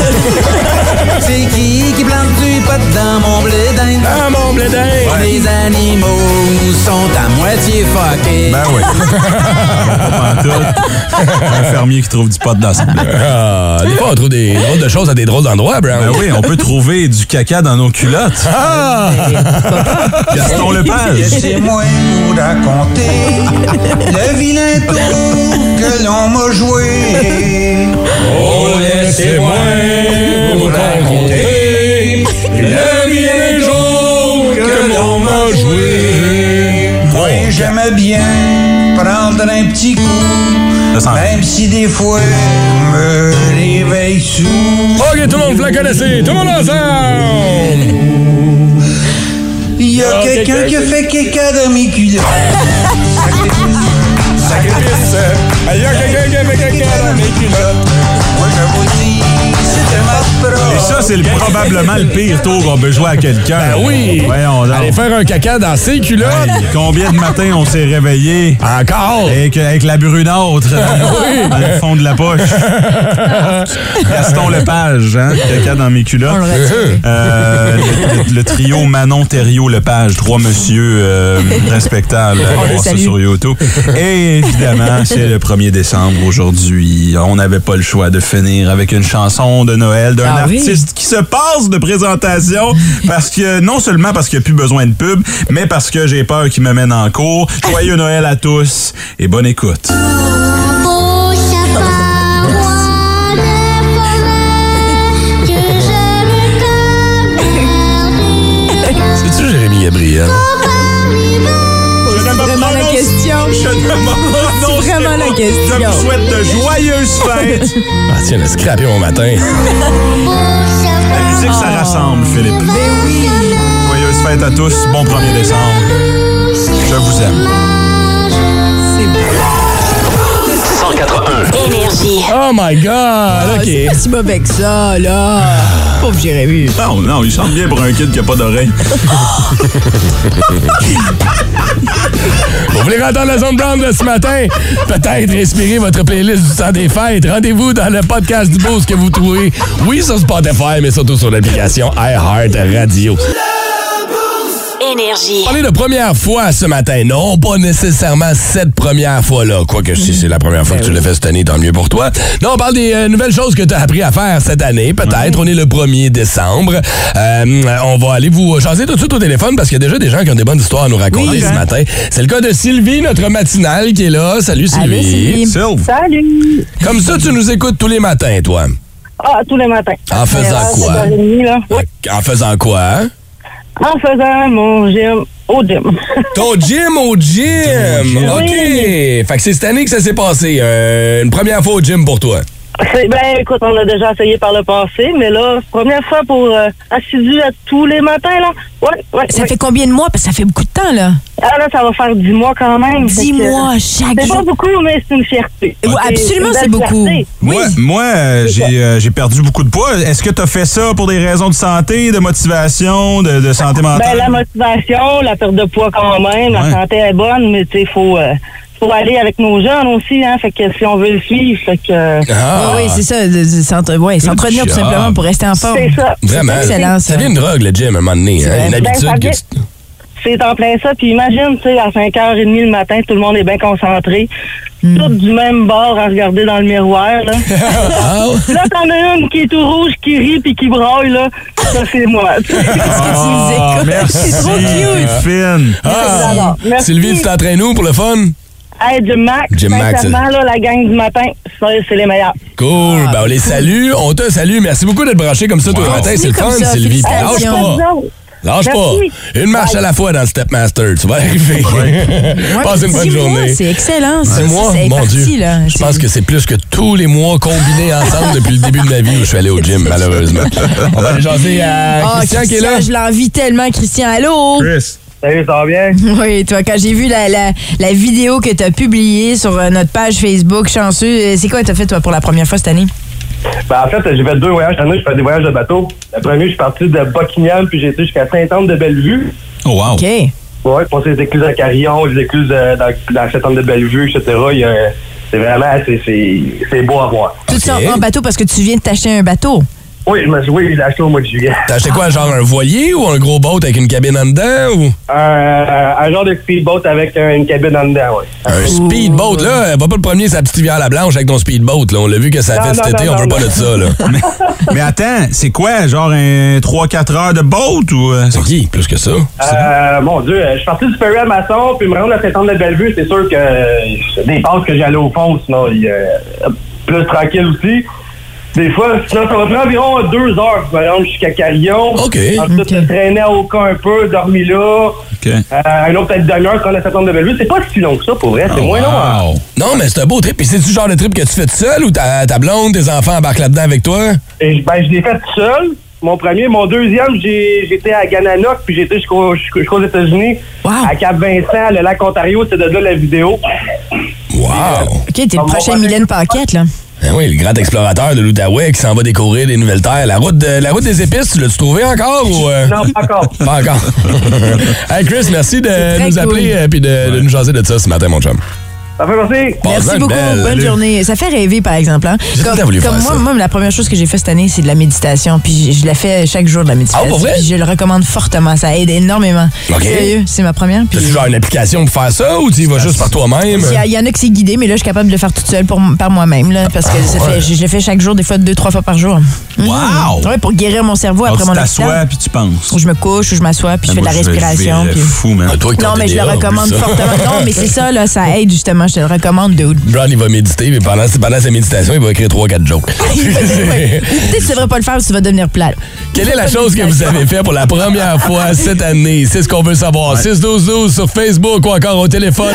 B: C'est qui qui plante du pot dans mon blé d'Inde?
C: Ah, mon blédin!
B: Les animaux sont à moitié fuckés.
D: Ben oui. Pas pantoute. un fermier qui trouve du pot dans son blé.
C: Ah, des fois, on trouve des drôles de choses à des drôles d'endroits,
D: Ben
C: Brown.
D: oui, on peut trouver du caca dans nos culottes.
C: Ah!
D: Gaston Lepage.
K: Laissez-moi vous raconter le vilain tour que l'on m'a joué.
C: Oh, laissez-moi vous raconter le vilain jour que l'on m'a joué.
K: Et j'aimais bien prendre un petit coup,
D: Ça sent-
K: même si des fois je me réveille sous.
C: OK, tout le monde, vous la connaissez. Tout le monde ensemble!
K: Il y
C: Ah,
K: a quelqu'un qui a fait caca dans mes culottes.
C: Sacrifice. Il y a quelqu'un qui a fait caca dans mes culottes.
K: Moi je vous dis, c'était ma
D: Et
K: preuve.
D: ça, c'est le pot. probablement le pire tour qu'on peut jouer à quelqu'un.
C: Ben oui!
D: Voyons donc.
C: Aller faire un caca dans ses culottes!
D: Hey, combien de matins on s'est réveillé
C: Encore!
D: avec, avec la brunâtre dans le fond de la poche? Gaston Lepage, hein? Caca dans mes culottes.
F: On l'aurait dit.
D: Euh, le, le- le trio Manon Thériault Lepage, trois messieurs euh, respectables. Allez
F: On les
D: voir ça
F: salue.
D: sur YouTube. Et évidemment, c'est le 1er décembre aujourd'hui. On n'avait pas le choix de finir avec une chanson de Noël d'un
F: Ah oui.
D: artiste qui se passe de présentation parce que non seulement parce qu'il n'y a plus besoin de pub, mais parce que j'ai peur qu'il me mène en cours. Joyeux Noël à tous et bonne écoute.
J: Beau sapin, moi ne promets que je lui donnerai
C: C'est-tu Jérémy Gabriel?
D: C'est
F: Vraiment la question. C'est vraiment la
D: Je vous
F: question.
D: souhaite de joyeuses fêtes.
C: Ah, tiens, elle a scrappé mon matin.
J: beau
D: La
J: sapin.
F: Ah.
D: musique, ça rassemble, Philippe. Joyeuses fêtes à tous. Bon 1er décembre. Je vous aime.
H: 181.
L: Énergie.
C: Oh my God!
F: Ah, C'est
C: OK.
F: pas si mauvais que ça, là. Pauvre Jérémy.
D: Non, non, il chante bien pour un kid qui a pas d'oreille.
C: Vous voulez entendre la zone d'ombre de ce matin? Peut-être inspirer votre playlist du temps des fêtes. Rendez-vous dans le podcast du Boost que vous trouvez, oui, sur Spotify, mais surtout sur l'application iHeart Radio.
L: Énergie.
C: Parler de première fois ce matin. Non, pas nécessairement cette première fois-là. Quoique si c'est la première fois que
F: Ben
C: tu le fais cette année, tant mieux pour toi. Non, on parle des euh, nouvelles choses que tu as appris à faire cette année, peut-être. On est le 1er décembre. Euh, on va aller vous jaser tout de suite au téléphone parce qu'il y a déjà des gens qui ont des bonnes histoires à nous raconter
F: hein.
C: ce matin. C'est le cas de Sylvie, notre matinale, qui est là. Salut Sylvie.
F: Allô, Sylvie.
D: Sylve.
M: Salut!
C: Comme ça, tu nous écoutes tous les matins, toi.
M: Ah, tous les matins.
C: En faisant
M: Euh,
C: quoi?
M: 7h30, là.
C: En faisant quoi?
M: En faisant mon gym au gym.
C: Ton gym au gym! Euh, OK! Fait que c'est cette année que ça s'est passé. euh, une première fois au gym pour toi.
M: C'est- ben, écoute, on a déjà essayé par le passé, mais là, première fois pour euh, assidu à tous les matins, là. Ouais, ouais.
F: Ça
M: ouais.
F: fait combien de mois? Parce que ça fait beaucoup de temps, là.
M: Ah, là, ça va faire 10 mois quand même.
F: 10
M: Fait que,
F: mois chaque
M: C'est pas
F: jour.
M: beaucoup, mais c'est une fierté.
F: Ouais, absolument,
M: une belle
F: c'est beaucoup.
M: fierté.
D: Moi, moi euh, j'ai euh, j'ai perdu beaucoup de poids. Est-ce que tu as fait ça pour des raisons de santé, de motivation, de, de santé
M: Ben,
D: mentale?
M: la motivation, la perte de poids quand même,
D: Ouais.
M: la santé est bonne, mais tu sais, faut, euh, faut aller avec nos jeunes aussi, hein. Fait que si on veut le suivre, fait que. euh,
C: Ah!
F: Oui, c'est ça. de- de s'entre- ouais, S'entretenir tout
C: job.
F: simplement pour rester en forme.
M: c'est ça.
C: Vraiment.
F: c'est excellent, ça.
C: devient une drogue, le gym, à un moment donné. hein.
F: vrai.
C: Une
M: Ben, ça
C: habitude que
M: vient-
C: tu-
M: C'est en plein ça. Puis imagine, tu sais, à 5h30 le matin, tout le monde est bien concentré.
F: Hmm.
M: Tout du même bord à regarder dans le miroir. Là,
C: Ah!
M: là t'en as une qui est tout rouge, qui rit puis qui braille. Là. Ça, c'est moi.
D: Ah,
F: tu nous écoutes.
D: merci,
F: C'est trop cute.
D: Fine.
C: Ah!
M: J'adore. Merci.
C: Sylvie, tu t'entraînes où pour le fun?
M: Hey, Jim Max,
C: Jim Max, euh.
M: sincèrement, là, la gang du matin, ça, c'est les meilleurs.
C: Cool!
F: Ah.
C: ben, on les salue. On te salue. Merci beaucoup d'être branché comme ça tous les matins. C'est le fun,
F: comme ça,
C: Sylvie. Puis Lâche
F: félicitations.
C: pas! Lâche
M: Merci.
C: pas! Une marche à la fois dans le Stepmaster. Tu vas arriver.
F: Ouais,
C: Passe une bonne
F: dix mois,
C: journée.
F: C'est excellent. ça.
C: C'est moi,
F: Ça, ça est
C: mon
F: parti,
C: Dieu.
F: là.
C: Je pense que c'est plus que tous les mois combinés ensemble depuis le début de ma vie où je suis allé au gym, malheureusement. On va aller jaser à
F: Ah,
C: euh, Christian, qui est là.
F: je l'envie tellement, Christian. Allô?
D: Chris.
M: Salut, ça va bien?
F: Oui, toi, quand j'ai vu la, la, la vidéo que tu as publiée sur euh, notre page Facebook, chanceux, euh, c'est quoi que tu fait, toi, pour la première fois cette année?
M: Ben, en fait, j'ai fait deux voyages. Cette année, j'ai fait des voyages de bateau. Le premier, je suis parti de Buckingham, puis j'ai été jusqu'à Sainte-Anne-de-Bellevue.
D: Oh, wow.
F: OK.
M: Ouais, pour les écluses à Carillon, les écluses euh, dans, dans cette de Bellevue, etc. Il y a, c'est vraiment, c'est, c'est, c'est beau à voir.
F: Tout ça en bateau parce que tu viens de t'acheter un bateau.
M: Oui, je me suis, oui, je l'ai acheté au mois de juillet.
C: T'as acheté quoi, genre un voilier ou un gros boat avec une cabine en dedans ou
M: Un, euh, un genre de speedboat avec euh, une cabine en dedans, oui.
C: un speedboat? Là, va pas le premier, sa petite rivière à la blanche avec ton speedboat. Là. On l'a vu que ça a
M: Non,
C: fait
M: non,
C: cet été,
M: non,
C: on veut
M: non,
C: pas
M: non.
C: de ça. Là.
D: Mais attends, c'est quoi, genre un 3-4 heures de boat ou... euh,
C: C'est qui, plus que ça?
M: Euh, mon Dieu, euh, je suis parti du Ferry à Masson, puis me rendre à Saint-Anne de Bellevue, c'est sûr que euh, des passes que j'allais au fond, sinon, il, euh, plus tranquille aussi. Des fois, sinon, ça va prendre environ deux heures pour me rendre jusqu'à Carillon.
C: OK.
M: Ensuite,
F: OK.
M: je traînais au camp un peu, dormi là.
D: OK.
M: Euh, un autre peut-être demi-heure qu'on a cette de Bellevue. C'est pas si long que ça, pour vrai. C'est moins long. hein.
D: Wow.
C: Non, mais c'est un beau trip. Puis c'est-tu le genre de trip que tu fais tout seul ou ta, ta blonde, tes enfants embarquent là-dedans avec toi?
M: Et je- ben, je l'ai fait tout seul. Mon premier, mon deuxième, j'ai- j'étais à Gananoque, puis j'étais jusqu'au- jusqu'au- jusqu'aux États-Unis,
F: Wow.
M: à Cap-Vincent, le lac Ontario, c'est de là la vidéo.
C: Wow!
F: OK, t'es le
M: Bon,
F: prochain
M: bon,
F: Mylène Paquette, là.
C: Ben oui, le grand explorateur de l'Outaouais qui s'en va découvrir des nouvelles terres. La route, de- la route des épices, tu l'as-tu trouvé encore ou. Non,
M: pas encore.
C: Pas encore. hey Chris, merci de nous appeler et puis de, de nous jaser de ça ce matin, mon chum.
M: Ça fait merci.
F: Merci beaucoup. Bonne journée. Ça fait rêver, par exemple. Hein?
C: J'ai tout le temps voulu faire
F: moi,
C: ça.
F: moi, la première chose que j'ai fait cette année, c'est de la méditation. Puis je, je la fais chaque jour de la méditation.
C: Ah, pour vrai?
F: Puis je le recommande fortement. Ça aide énormément.
C: OK.
F: Sérieux, c'est ma première.
C: T'as-tu genre une application pour faire ça ou tu y vas juste par toi-même?
F: Il y a- il y, en a qui c'est guidé, mais là, je suis capable de le faire toute seule pour, m- par moi-même. là, Parce que ça
C: Ah, ouais.
F: fait, je, je le fais chaque jour, des fois deux, trois fois par jour. Mm.
D: Wow!
F: Ouais, pour guérir mon cerveau
D: Alors,
F: après mon
D: tu t'assois
F: hôpital.
D: puis tu penses.
F: Je me couche ou je m'assois,
C: Ah,
F: puis je fais de la respiration. puis-
D: fou, man.
F: Non, mais je le recommande fortement. Non, mais c'est ça, là, ça aide justement. Je te le recommande, dude.
C: Brown, il va méditer, mais pendant, pendant sa méditation, il va écrire 3-4 jokes.
F: Ouais. Ou Peut-être que tu devrais pas le faire, tu vas devenir plate.
C: Quelle est la chose que vous avez fait pour la première fois cette année? C'est ce qu'on veut savoir. 6-12-12 sur Facebook ou encore au téléphone.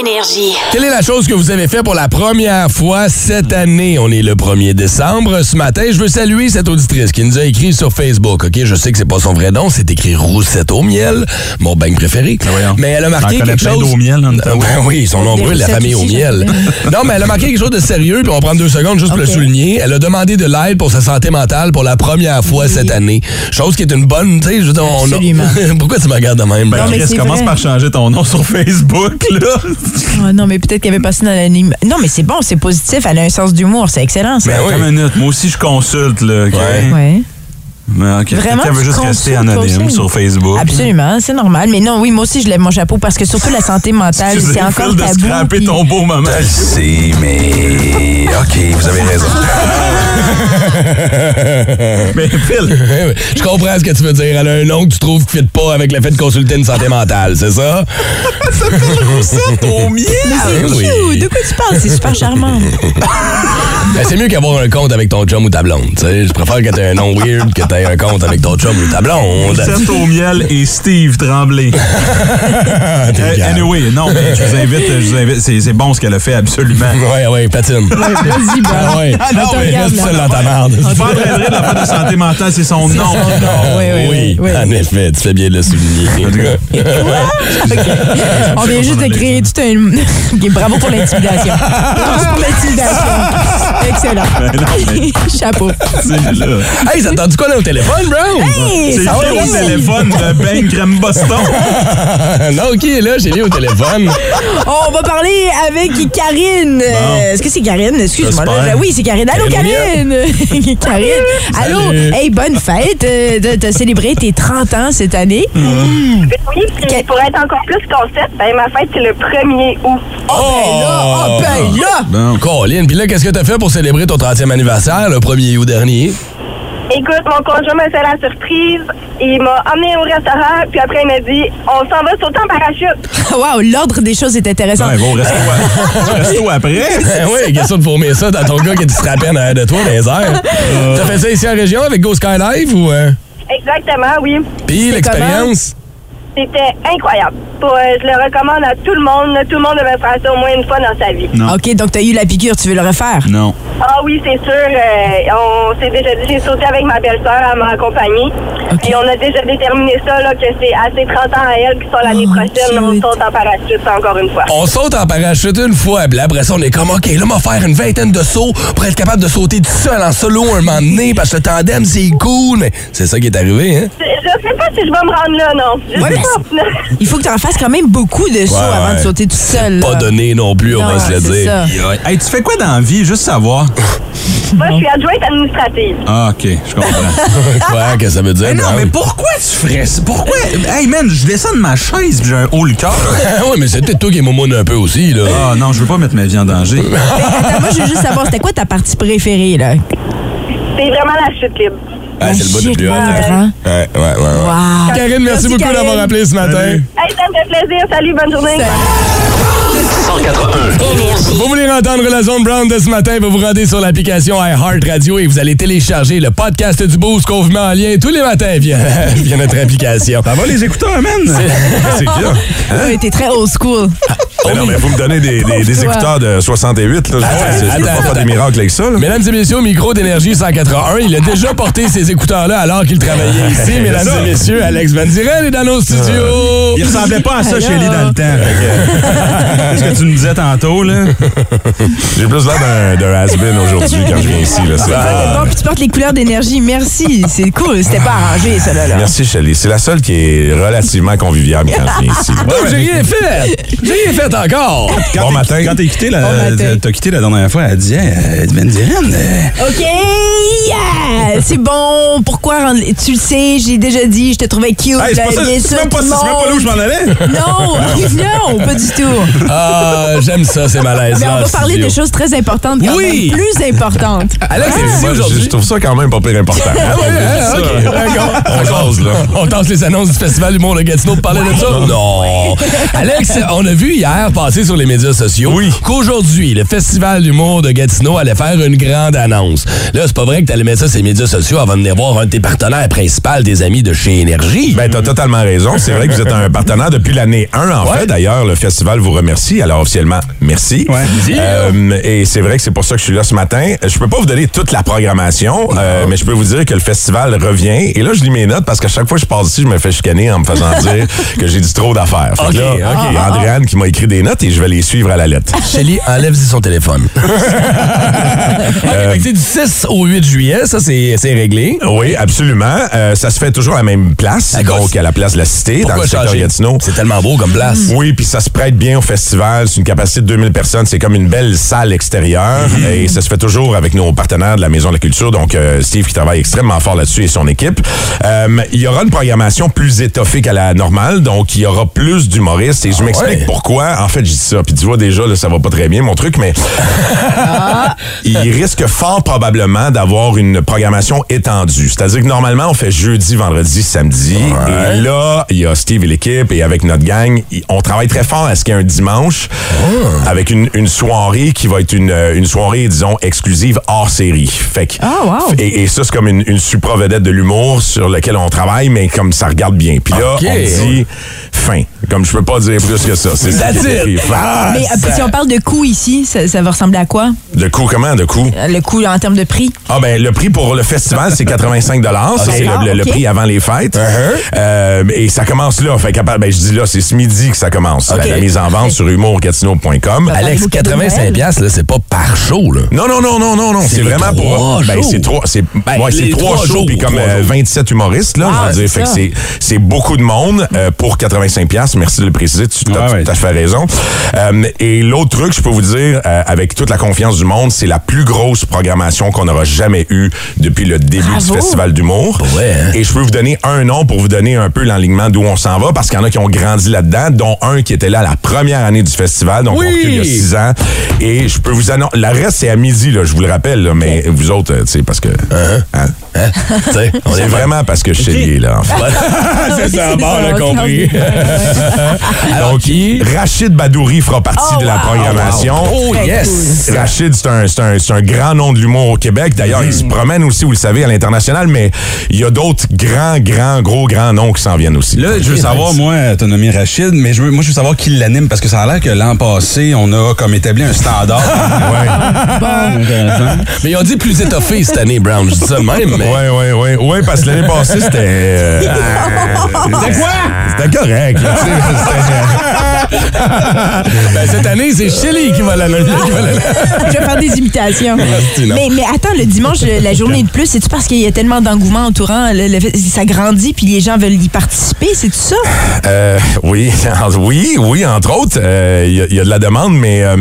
L: Énergie.
C: Quelle est la chose que vous avez fait pour la première fois cette année? On est le 1er décembre. Ce matin, je veux saluer cette auditrice qui nous a écrit sur Facebook. OK, je sais que c'est pas son vrai nom, c'est écrit Roussette au miel, mon bain préféré. Mais elle a marqué
D: T'en connais
C: quelque
D: plein
C: chose.
D: d'au miel, Ben en même temps.
C: Euh, ben oui, ils sont
D: Des
C: nombreux, la
D: Roussettes
C: famille au
D: aussi,
C: miel. non, mais elle a marqué quelque chose de sérieux, puis on va prendre deux secondes juste pour le souligner. Elle a demandé de l'aide pour sa santé mentale pour la première fois cette année. Chose qui est une bonne, tu sais, je veux dire, on-
D: Absolument.
C: Pourquoi tu me regardes de même?
D: Ben, Chris, commence par changer ton nom sur Facebook, là.
F: Ah non, mais peut-être qu'elle avait passé dans l'anime. Non, mais c'est bon, c'est positif. Elle a un sens d'humour, c'est excellent.
C: Ben
F: Ça.
D: Attends une minute, moi aussi, je consulte, là. OK?
F: Ouais.
D: Mais, OK.
F: Vraiment,
D: Quelqu'un veut
F: tu
D: juste
F: consultes,
D: rester
F: toi
D: anonyme
F: aussi?
D: sur Facebook.
F: Absolument, c'est normal. Mais non, oui, moi aussi, je lève mon chapeau parce que surtout la santé mentale,
D: Excusez,
F: c'est Ah, encore
D: Phil, de
F: tabou.
D: scraper ton beau moment. Je sais, mais... OK, vous avez raison.
C: Mais Phil! Je comprends ce que tu veux dire. Elle a un nom que tu trouves qui ne fit pas avec le fait de consulter une santé mentale, c'est ça? ça fait Roussette au miel!
F: Mais c'est cute. De quoi tu parles? C'est super charmant.
C: Ben, c'est mieux qu'avoir un compte avec ton chum ou ta blonde. tu sais. Je préfère que tu aies un nom weird que tu aies un compte avec ton chum ou ta blonde.
D: Roussette au miel et Steve Tremblay. Euh, anyway, non, mais je vous invite, je vous invite. C'est c'est bon ce qu'elle a fait, absolument.
C: Ouais, ouais, patine.
D: vas-y,
F: bon.
C: Ah ouais.
D: Ah non,
C: Attends,
D: mais
C: reste
D: regarde,
C: seul
D: là.
C: dans ta merde.
D: Tu vas de la part de santé mentale, c'est son nom.
C: oui, Ah oui, En effet, tu fais bien de le souligner.
F: On vient juste de créer tout un. Ok, bravo pour l'intimidation. Bravo pour l'intimidation. Excellent.
C: Ben non, mais-
F: Chapeau.
C: Hey, ça t'entend quoi là au téléphone, Brown?
F: Hey,
D: C'est
C: ça va,
D: lui au
C: Brown?
D: téléphone de Ben Crème Boston.
C: non, qui est là? J'ai lui au téléphone.
F: On va parler avec Karine. Euh, Est-ce que c'est Karine? Excuse-moi. là,
C: J'espère.
F: Oui, c'est Karine. Allô,
C: Karine
F: Karine! Karine! Allô!
C: Salut.
F: Hey, bonne fête! Euh, de- T'as célébré tes 30 ans cette année.
C: Mm.
N: Oui, puis pour être encore plus concept, ben, ma fête, c'est le 1er août.
C: Ah,
D: Ah.
C: Oh, ben là! Bon, Colin, puis là, qu'est-ce que t'as fait pour célébrer ton 30e anniversaire, le 1er août dernier?
N: Écoute, mon conjoint m'a fait la surprise. Il m'a emmené au restaurant, puis après, il m'a dit on s'en va sauter en parachute.
F: Wow, l'ordre des choses est intéressant.
D: Ouais, Ah, bon, reste Resto après?
C: Ben oui, question de fournir ça dans ton gars qui te frappait en arrière de toi dans les airs.
D: Euh.
C: T'as fait ça ici en région avec Go Sky Live ou... euh?
N: Exactement, oui.
C: Puis l'expérience?
N: C'était incroyable. Pour, euh, je le recommande à tout le monde. Tout le monde devrait faire ça au moins une fois dans sa vie.
F: OK, donc t'as eu la piqûre, tu veux le refaire?
D: Non.
N: Ah oui, c'est sûr. euh, on s'est déjà dit, j'ai sauté avec ma belle-sœur à m'accompagner. Et on a déjà déterminé ça, là, que c'est à ses 30 ans à elle qui sont l'année prochaine. On saute en parachute encore une fois.
C: On saute en parachute une fois, puis là, après ça, on est comme, OK, là, on va faire une vingtaine de sauts pour être capable de sauter tout seul en solo un moment donné, parce que le tandem, c'est cool, mais c'est ça qui est arrivé, hein?
N: Je je sais pas si je vais me rendre là, non. Je
F: Ouais,
N: sais
F: mais
N: pas.
F: Il faut que t'en fasses quand même beaucoup de sauts
C: Ouais,
F: avant de
C: ouais.
F: sauter tout seul.
C: Pas
F: là.
C: donné non plus, on
F: Non,
C: va se le
F: c'est ça.
C: dire.
D: Hey, tu fais quoi dans la vie? Juste savoir.
N: Moi, je suis adjointe administrative.
D: Ah, OK, je
C: comprends. Quoi que ça veut dire?
D: Mais non,
C: Brown?
D: mais pourquoi tu ferais ça? Pourquoi? Euh, Hey, man, je descends de ma chaise pis j'ai un haut le cœur.
C: Ah ouais, mais c'est peut-être toi qui m'aumône un peu aussi, là.
D: Ah, non, je veux pas mettre ma vie en danger.
F: Mais attends, moi, je veux juste savoir, c'était quoi ta partie préférée, là?
N: C'est vraiment la chute libre.
C: Ah, c'est le bout
F: Shit,
C: le plus haut.
F: man,
C: Ouais,
F: hein?
C: ouais, ouais. ouais.
B: Ah.
F: Wow.
C: Karine, merci, beaucoup d'avoir appelé ce matin.
N: Hey, ça me fait plaisir. Salut, bonne journée.
C: 181. Vous voulez entendre la zone Brown de ce matin, vous vous rendez sur l'application iHeartRadio et vous allez télécharger le podcast du Boost qu'on vous met en lien tous les matins via, via notre application. Ça
D: va les écouteurs, man?
G: C'est bien. Hein?
F: Ouais, t'es très old school.
G: Mais non, mais vous me donnez des, des- des écouteurs de 68. Là, je je peux pas faire des miracles avec ça. Là.
C: Mesdames et messieurs, au micro d'énergie 181, il a déjà porté ces écouteurs-là alors qu'il travaillait ici. Mesdames
D: Ah, C'est ça. Ah.
C: et messieurs, Alex Van Diren est dans nos studios.
D: Il ressemblait pas à ça chez lui dans le temps. fait que- ce que tu nous disais tantôt, là.
G: J'ai plus l'air d'un- d'un has-been aujourd'hui quand je viens ici. Là.
F: C'est vrai, mais bon, puis tu portes les couleurs d'énergie. Merci. C'est cool. C'était pas arrangé, ça, là. là.
G: Merci, Shelley. C'est la seule qui est relativement conviviable quand je viens ici.
F: Moi, j'ai rien
C: fait! J'ai rien fait encore!
D: Quand bon matin. Quand t'as quitté, la, t'as quitté la dernière fois, elle disait, euh, Ben Diren, euh,
F: OK, yeah! C'est bon. Pourquoi rendre- Tu le sais, j'ai déjà dit, je te trouvais cute.
D: Hey, c'est pas
F: j'avais
D: ça,
F: bien
D: c'est
F: sûr
D: même pas-
F: tout le
D: c'est même pas là où je m'en allais.
F: Non, non, pas du tout.
C: Ah, j'aime ça, c'est malaise.
F: Mais on
D: Ah,
F: va parler de choses très importantes quand
C: Oui!
F: même, plus importantes.
C: Alex est
G: Moi,
C: ici
G: je-
C: aujourd'hui.
G: je trouve ça quand même pas pire important.
C: Ah ouais, hein, ok, d'accord.
G: On jase, là.
C: On tente les annonces du Festival Humour de Gatineau pour parler de ça? Non! Alex, on a vu hier passer sur les médias sociaux qu'aujourd'hui, le Festival Humour de Gatineau allait faire une grande annonce. Là, c'est pas vrai que t'allais mettre ça sur les médias sociaux avant de venir voir un de tes partenaires principaux, des amis de chez Énergie.
G: Ben, t'as totalement raison. C'est vrai que vous êtes un partenaire depuis l'année 1, en fait. D'ailleurs, le festival vous remercie. Alors, officiellement, merci. Euh, et c'est vrai que c'est pour ça que je suis là ce matin. Je peux pas vous donner toute la programmation, euh, mais je peux vous dire que le festival revient. Et là, je lis mes notes parce qu'à chaque fois que je passe ici, je me fais chicaner en me faisant dire que j'ai dit trop d'affaires. Fait que
C: Ok,
G: là,
C: ok.
G: il y a Andréane qui m'a écrit des notes et je vais les suivre à la lettre.
C: Shelly, enlève-y son téléphone. Fait que c'est du 6 au 8 juillet, ça, c'est c'est réglé.
G: Oui, absolument. Euh, ça se fait toujours à la même place, donc à la place de la Cité, dans
C: Pourquoi
G: le secteur
C: changer?
G: Gatineau.
C: C'est tellement beau comme place.
G: Oui, puis ça se prête bien au festival. C'est une capacité de 2000 personnes. C'est comme une belle salle extérieure.
C: Mm-hmm.
G: Et ça se fait toujours avec nos partenaires de la Maison de la Culture. Donc, euh, Steve qui travaille extrêmement fort là-dessus et son équipe. Euh, Il y aura une programmation plus étoffée qu'à la normale. Donc, il y aura plus d'humoristes. Et
C: Ah
G: je m'explique pourquoi. En fait, je dis ça. Puis tu vois déjà, là, ça va pas très bien, mon truc. Mais
C: Ah,
G: il risque fort probablement d'avoir une programmation étendue. C'est-à-dire que normalement, on fait jeudi, vendredi, samedi. Et là, il y a Steve et l'équipe et avec notre gang, y- on travaille très fort à ce qu'il y ait un dimanche
F: Ah.
G: avec une, une soirée qui va être une, euh, une soirée, disons, exclusive hors série. Fait que-
F: Ah,
G: et, et ça, c'est comme une, une supra-vedette de l'humour sur laquelle on travaille, mais comme ça regarde bien. Puis là,
C: Ok.
G: on dit fin. Comme je peux pas dire plus que ça. C'est ça qui est écrit. Fin.
F: Mais euh, si on parle de coût ici, ça, ça va ressembler à quoi?
G: De coup, comment? De coup?
F: Euh, Le coût en termes de prix?
G: Ah ben le prix pour le festival c'est 85 dollars,
F: Ok.
G: c'est le, le- le
F: Ok. Uh-huh.
G: prix avant les fêtes. Euh, et ça commence là, fait qu'à part- ben je dis là c'est ce midi que ça commence la-
C: Ok.
G: la, mise en vente sur humourcatino.com.
C: Alex, 85 piastres, là, c'est pas par show, là.
G: Non, non, non, non, non, non. C'est
C: les
G: vraiment pour.
C: trois
G: Ben,
C: jours.
G: c'est trois. C'est
C: Ben,
G: ouais, c'est
C: les
G: trois
C: trois
G: shows,
C: jours,
G: puis comme
C: trois
G: euh,
C: jours.
G: 27 humoristes, là,
C: Ah,
G: je veux dire.
C: c'est
G: Fait que
C: ça.
G: c'est, c'est beaucoup de monde euh, pour 85$. piastres. Merci de le préciser. Tu as tout à fait raison. Euh, et l'autre truc, je peux vous dire, euh, avec toute la confiance du monde, c'est la plus grosse programmation qu'on n'aura jamais eue depuis le début
C: Bravo.
G: du Festival d'humour. Et je peux vous donner un nom pour vous donner un peu l'enlignement d'où on s'en va, parce qu'il y en a qui ont grandi là-dedans, dont un qui était là la première année du festival, donc
C: Oui.
G: on recule il y a six ans. Et je peux vous annoncer. La reste, c'est à midi, là, je vous le rappelle, là, mais vous autres, euh, tu sais, parce que. hein?
C: on
G: C'est vraiment parce que je suis lié, là, en fait.
C: c'est ça, bon, on a compris.
G: Donc, Rachid Badouri fera partie de la programmation.
C: wow. Oh, yes. Très cool.
G: Rachid, c'est un, c'est un- c'est un grand nom de l'humour au Québec. D'ailleurs,
C: Mm.
G: il se promène aussi, vous le savez, à l'international, mais il y a d'autres grands, grands, gros, grands noms qui s'en viennent aussi.
D: Là, je veux savoir, moi, t'as nommé Rachid, mais je veux, moi, je veux savoir qui l'anime parce que ça a l'air que l'an passé, on a comme établi un standard.
F: Ah,
C: Mais ils ont dit plus étoffé cette année, Brown. Je dis ça de même, mais.
G: Ouais, ouais, ouais. Ouais, parce que l'année passée, c'était. euh,
C: C'était quoi?
G: C'était correct. là, tu sais,
C: Ben, cette année, c'est Chili qui va la qui va la- Ah,
F: Je vais faire des imitations.
C: Merci, non.
F: mais, mais attends, le dimanche, le- la journée de plus, c'est-tu parce qu'il y a tellement d'engouement entourant? le- le- ça grandit, puis les gens veulent y participer, c'est-tu ça?
G: Euh, oui, en- oui, oui, entre autres, euh, il y a- il y, a de la demande, mais euh,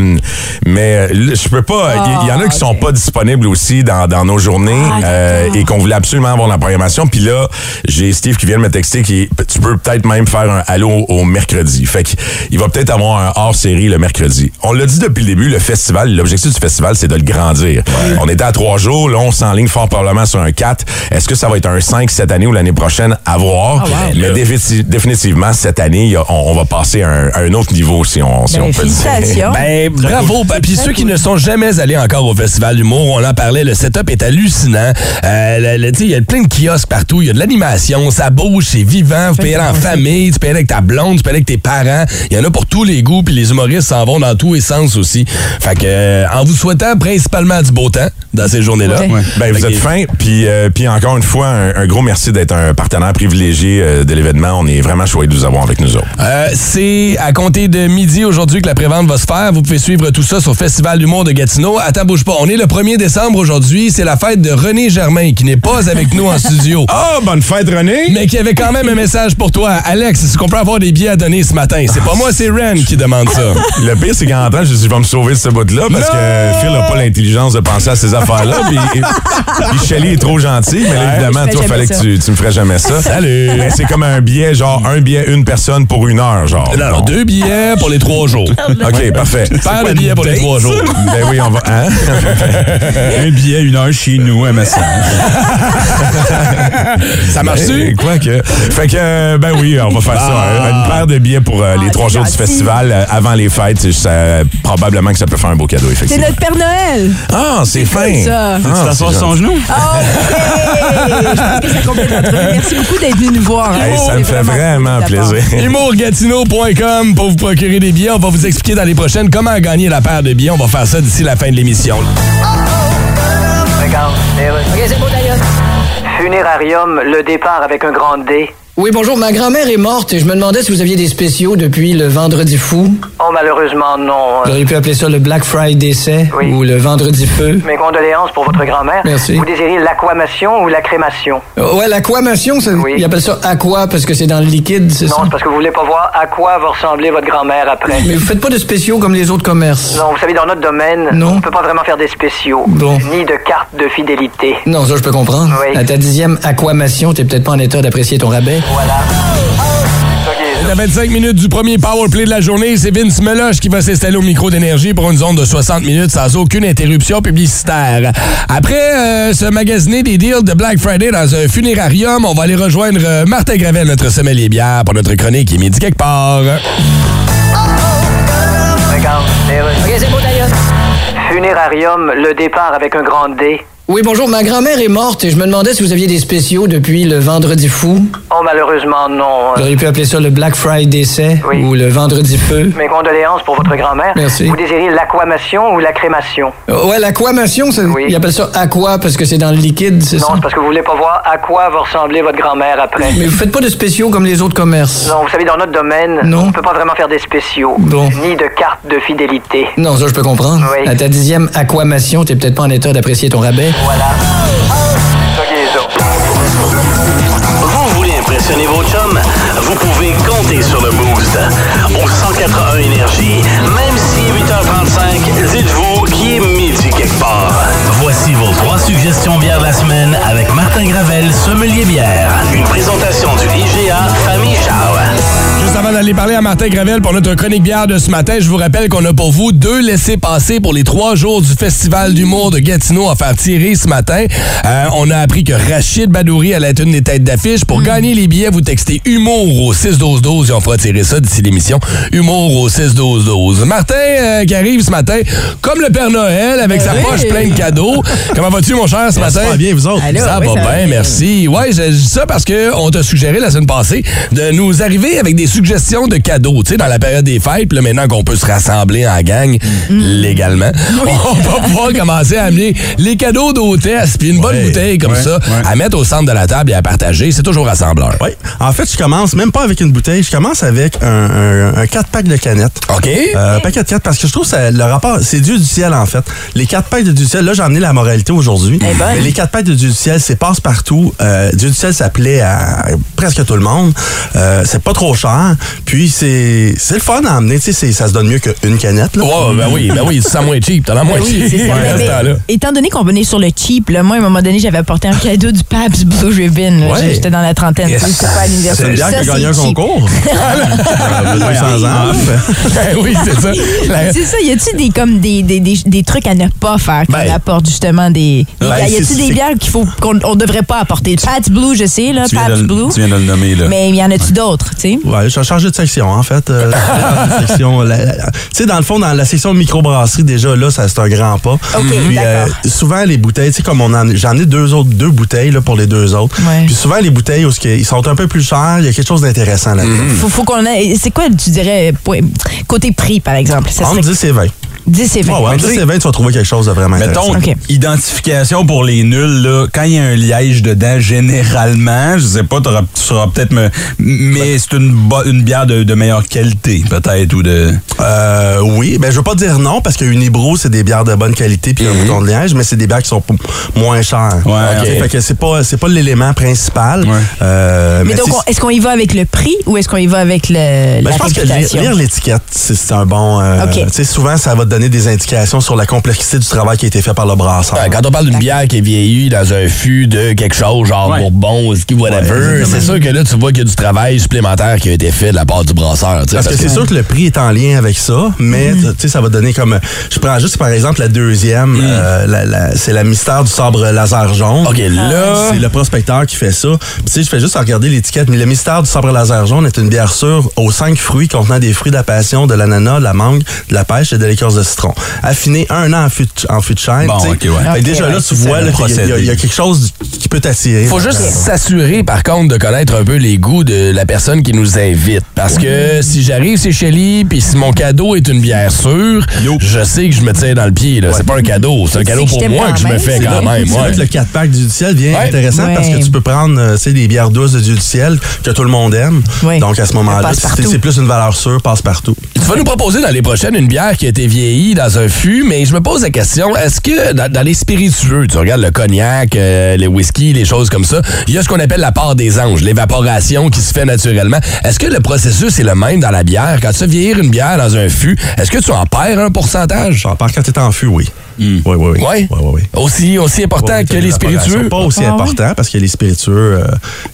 G: mais euh, je peux pas. Il y, il y en a qui sont pas disponibles aussi dans, dans nos journées euh, et qu'on voulait absolument avoir la programmation. Puis là, j'ai Steve qui vient de me texter qui tu peux peut-être même faire un halo au mercredi. Fait qu'il va peut-être avoir un hors série le mercredi. On l'a dit depuis le début, le festival, l'objectif du festival, c'est de le grandir. On était à trois jours, là, on s'enligne fort probablement sur un 4. Est-ce que ça va être un 5 cette année ou l'année prochaine? À voir.
C: Ah, wow.
G: Mais définitiv- définitivement, cette année, il y a- on, on va passer à un, à un autre niveau, si on, si on peut dire.
C: Ben, bravo. Ben, Puis ceux qui ne sont jamais allés encore au Festival d'humour, on en parlait, le setup est hallucinant. Euh, le- le- tu sais, Il y a plein de kiosques partout, il y a de l'animation, ça bouge, c'est vivant. Vous payez en famille, tu payes avec ta blonde, tu payes avec tes parents. Il y en a pour tous les goûts, puis les humoristes s'en vont dans tous les sens aussi. Fait que, euh, en vous souhaitant principalement du beau temps, dans ces journées-là.
G: Ouais. Ben, vous êtes fin. Puis, euh, puis encore une fois, un, un gros merci d'être un partenaire privilégié euh, de l'événement. On est vraiment choyés de vous avoir avec nous autres.
C: Euh, c'est à compter de midi aujourd'hui que la prévente va se faire. Vous pouvez suivre tout ça sur Festival d'humour de Gatineau. Attends, bouge pas. On est le 1er décembre aujourd'hui. C'est la fête de René Germain qui n'est pas avec nous en studio.
G: Ah, bonne fête, René!
C: Mais qui avait quand même un message pour toi. Alex, est-ce qu'on peut avoir des billets à donner ce matin? C'est pas moi, c'est Ren qui demande ça.
G: Le pire, c'est qu'en temps, je dis, je vais me sauver de ce bout-là parce que Euh, Phil n'a pas l'intelligence de penser à ces affaires-là. Puis, et- puis Shelly est trop gentil, mais là,
C: Ouais.
G: évidemment,
C: Je fais
G: toi,
C: jamais
G: fallait que
C: ça.
G: tu, tu me ferais jamais ça.
C: Salut.
G: Mais c'est comme un billet, genre un billet, une personne pour une heure, genre.
C: Non, non, deux billets pour les trois jours.
G: OK, parfait.
C: Faire le billet pour les trois jours.
G: Ben oui, on va. Hein?
D: un billet, une heure chez nous, un message.
C: Ça marche-tu?
G: Ben, quoi que. Fait que, euh, ben oui, on va faire
C: Ah.
G: ça. hein. Une paire de billets pour euh, les trois jours du festival euh, avant les fêtes. ça- probablement que ça peut faire un beau cadeau,
F: C'est
G: effectivement.
F: notre Père Noël.
G: Ah, c'est fin.
F: ça. Ah,
G: Ah,
F: Faut-tu
G: c'est
D: t'asseoir sur son
G: gentil.
D: genou?
F: Je pense que ça complète notre revue. Merci beaucoup d'être venu nous voir. hein.
G: Hey, ça me fait vraiment plaisir.
C: Humourgatineau.com pour vous procurer des billets. On va vous expliquer dans les prochaines comment gagner la paire de billets. On va faire ça d'ici la fin de l'émission.
L: Regarde, Funérarium, le départ avec un grand D.
O: Oui, bonjour. Ma grand-mère est morte et je me demandais si vous aviez des spéciaux depuis le Vendredi fou.
L: Oh, malheureusement, non. hein.
O: Vous auriez pu appeler ça le Black Friday décès ou le Vendredi feu.
L: Mes condoléances pour votre grand-mère.
O: Merci.
L: Vous désirez l'aquamation ou la crémation?
O: Euh, Ouais, l'aquamation, ça, ils appellent ça aqua parce que c'est dans le liquide, c'est
L: non,
O: ça?
L: c'est parce que vous voulez pas voir à quoi va ressembler votre grand-mère après.
O: Mais vous faites pas de spéciaux comme les autres commerces.
L: Non, vous savez, dans notre domaine, on peut pas vraiment faire des spéciaux.
O: Bon.
L: Ni de cartes de fidélité.
O: Non, ça, je peux comprendre.
L: Oui.
O: À ta dixième aquamation, t'es peut-être pas en état d'apprécier ton rabais.
C: À 25 minutes du premier Power Play de la journée, c'est Vince Meloche qui va s'installer au micro d'énergie pour une zone de 60 minutes sans aucune interruption publicitaire. Après euh, se magasiner des deals de Black Friday dans un funérarium, on va aller rejoindre euh, Martin Gravel, notre sommelier bière, pour notre chronique qui est midi quelque part.
L: Regarde, Funérarium, le départ avec un grand D.
O: Oui, bonjour. Ma grand-mère est morte et je me demandais si vous aviez des spéciaux depuis le Vendredi fou.
L: Oh, malheureusement, non.
O: Vous auriez pu appeler ça le Black Friday décès ou le Vendredi feu.
L: Mes condoléances pour votre grand-mère.
O: Merci.
L: Vous désirez l'aquamation ou la crémation?
O: Euh, Ouais, l'aquamation, ça, ils appellent ça aqua parce que c'est dans le liquide, c'est
L: non,
O: ça?
L: c'est parce que vous voulez pas voir à quoi va ressembler votre grand-mère après.
O: Mais vous faites pas de spéciaux comme les autres commerces.
L: Non, vous savez, dans notre domaine, on peut pas vraiment faire des spéciaux. Ni de cartes de fidélité.
O: Non, ça, je peux comprendre.
L: Oui.
O: À ta dixième aquamation, t'es peut-être pas en état d'apprécier ton rabais.
H: Vous voulez impressionner vos chums? Vous pouvez compter sur le Boost. Au 181 Énergie, même si 8h35, dites-vous qu'il est midi quelque part. Voici vos trois suggestions bières de la semaine avec Martin Gravel, sommelier bière. Une présentation du IGA Famille Charles.
C: Juste avant d'aller parler à Martin Gravel pour notre chronique bière de ce matin, je vous rappelle qu'on a pour vous deux laissés-passer pour les trois jours du Festival d'humour de Gatineau à faire tirer ce matin. Euh, on a appris que Rachid Badouri allait être une des têtes d'affiche. Pour gagner les billets, vous textez humour au 6-12-12 et on fera tirer ça d'ici l'émission. Humour au 6-12-12. Martin euh, qui arrive ce matin, comme le Père Noël, avec sa
P: Oui.
C: poche pleine de cadeaux. Comment vas-tu, mon cher, ce
P: Ça
C: matin?
P: va bien, vous autres? Allô,
C: ça
P: oui,
C: va
P: ça va
C: bien,
P: bien.
C: merci. Ouais, je dis ça parce qu'on t'a suggéré la semaine passée de nous arriver avec des suggestions de cadeaux. Tu sais, dans la période des fêtes, puis là, maintenant qu'on peut se rassembler en gang légalement, on va pouvoir commencer à amener les cadeaux d'hôtesse, puis une bonne bouteille comme
D: ouais,
C: ça, à mettre au centre de la table et à partager. C'est toujours rassembleur.
Q: Oui. En fait, je commence même pas avec une bouteille, je commence avec un, un, 4-pack de canettes.
C: OK.
Q: Un paquet de 4 parce que je trouve que le rapport, c'est Dieu du ciel, en fait. Les 4 packs de Dieu du ciel, là, j'en ai la moralité aujourd'hui.
C: Eh ben.
Q: Mais les 4 packs de Dieu du ciel, c'est passe-partout. Euh, Dieu du ciel s'appelait à presque tout le monde. Euh, c'est pas trop cher. Puis, c'est c'est le fun à emmener. Tu sais, c'est- ça se donne mieux qu'une canette. Là.
C: Ouais, ben oui, ben oui, tu te sens moins cheap. T'en as moins
Q: Ben oui,
C: cheap.
Q: c'est ça.
C: Ouais, à ce
Q: Mais-
C: temps-là.
F: Étant donné qu'on venait sur le cheap, là, moi, à un moment donné, j'avais apporté un cadeau du Pabst Blue Ribbon. là.
Q: Ouais.
F: J'étais dans la trentaine. tu sais, C'était pas à l'université.
Q: C'est une bière
F: Ça,
Q: qui a gagné un
F: cheap.
Q: concours. Ah, 200 ans.
C: Ben oui, c'est ça. La-
F: C'est ça, y a-tu des, comme des, des, des, des trucs à ne pas faire quand on apporte justement des. des
D: Ben,
F: y
D: c'est-
F: a-tu des
D: c'est-
F: bières qu'il faut qu'on on devrait pas apporter? Pabst Blue, je sais, là,
D: Tu viens, de,
F: Pabst Blue.
D: le- tu viens de le nommer, là.
F: Mais y en a-tu d'autres, tu sais?
Q: Ouais, je suis chargé de section, en fait. Euh, dans une section, la- la- la- tu sais, dans le fond, dans la section microbrasserie, déjà, là, ça, c'est un grand pas. Puis, euh, souvent, les bouteilles, tu sais, comme on en- j'en ai deux autres, deux bouteilles, là, pour les deux autres. Puis, souvent, les bouteilles, où ce que- ils sont un peu plus chers, il y a quelque chose
F: Mhm.
Q: d'intéressant là-dedans.
F: Faut, faut qu'on a. C'est quoi, tu dirais, point- côté prix, par exemple? Ça
Q: Entre
F: serait-
Q: 10 et 20.
F: 10 et 20.
Q: Ah, Ouais, ouais, entre 10 et 20, tu vas trouver quelque chose de vraiment
D: Mettons,
Q: intéressant.
D: identification pour les nuls, là. Quand il y a un liège dedans, généralement, je sais pas, t'auras- tu seras peut-être. me- Mais c'est une, bo- une bière de, de meilleure qualité, peut-être, ou de.
Q: Euh, oui, ben je veux pas dire non parce qu'une hibro c'est des bières de bonne qualité
C: Mhm.
Q: puis un bouton de liège, mais c'est des bières qui sont p- moins chères.
D: Ouais,
Q: Tu sais,
D: ok.
Q: Fait que c'est pas c'est pas l'élément principal. Euh,
F: Mais donc,
Q: tu sais,
F: on- est-ce qu'on y va avec le prix ou est-ce qu'on y va avec le,
Q: Ben,
F: la
Q: je pense que lire,
F: réputation?
Q: lire l'étiquette, c'est c'est un bon. euh,
F: OK.
Q: tu sais, Souvent, ça va te donner des indications sur la complexité du travail qui a été fait par le brasseur.
C: Ouais, Ben, quand on parle d'une bière qui est vieillie dans un fût de euh, quelque chose, genre bourbon ou ce qui whatever, c'est sûr que là, tu vois qu'il y a du travail supplémentaire qui a été fait de la part du brasseur. tu sais,
Q: Parce que c'est sûr que le prix est en lien avec ça, mais tu sais, ça va donner comme. Je prends juste par exemple la deuxième, euh, la- la- c'est la mystère du sabre laser jaune. OK,
C: là.
Q: C'est le prospecteur qui fait ça. Puis, Tu sais, je fais juste regarder l'étiquette, mais le mystère du sabre laser jaune est une bière sûre aux cinq fruits contenant des fruits de la passion, de l'ananas, de la mangue, de la pêche et de l'écorce de citron. Affiné un an en fût de- en fût de chêne.
D: Bon,
Q: tu sais.
D: OK, ouais.
Q: Fait que
D: OK,
Q: déjà
D: ouais,
Q: là,
D: c'est
Q: tu
D: ça,
Q: vois
D: le
Q: là, qu'il y a- il y, a- il y a
D: procédé.
Q: quelque chose qui peut t'attirer.
C: Faut juste s'assurer, par contre, de connaître un peu les goûts de la personne qui nous invite. Parce que si j'arrive chez Shelly, puis si mon cadeau est une bière sûre, je sais que je me tire dans le pied. là. C'est pas un cadeau, c'est un cadeau pour moi que je me fais
Q: C'est là-
C: quand même.
Q: c'est là
C: ouais.
Q: que le 4 pack du ciel vient intéressant parce que
C: Ouais.
Q: tu peux prendre euh, tu sais, des bières douces de Dieu du ciel que tout le monde aime. Donc à ce moment-là,
C: passe-partout.
Q: c'est c'est plus une valeur sûre, passe partout.
C: Tu vas nous proposer dans les prochaines une bière qui a été vieillie dans un fût, mais je me pose la question, est-ce que dans, dans les spiritueux, tu regardes le cognac, euh, les whisky, les choses comme ça, il y a ce qu'on appelle la part des anges, l'évaporation qui se fait naturellement. Est-ce que le processus est le même dans la bière? Quand tu fais vieillir une bière dans un fût, est-ce que tu en perds un pourcentage?
Q: J'en perds quand tu es en fût, oui.
C: Hmm.
Q: Oui, oui, oui.
C: Ouais? Aussi, aussi important
Q: Ouais,
C: que les
Q: Ils
C: spiritueux?
Q: sont pas aussi
C: Ah, ouais.
Q: importants parce que les spiritueux, euh,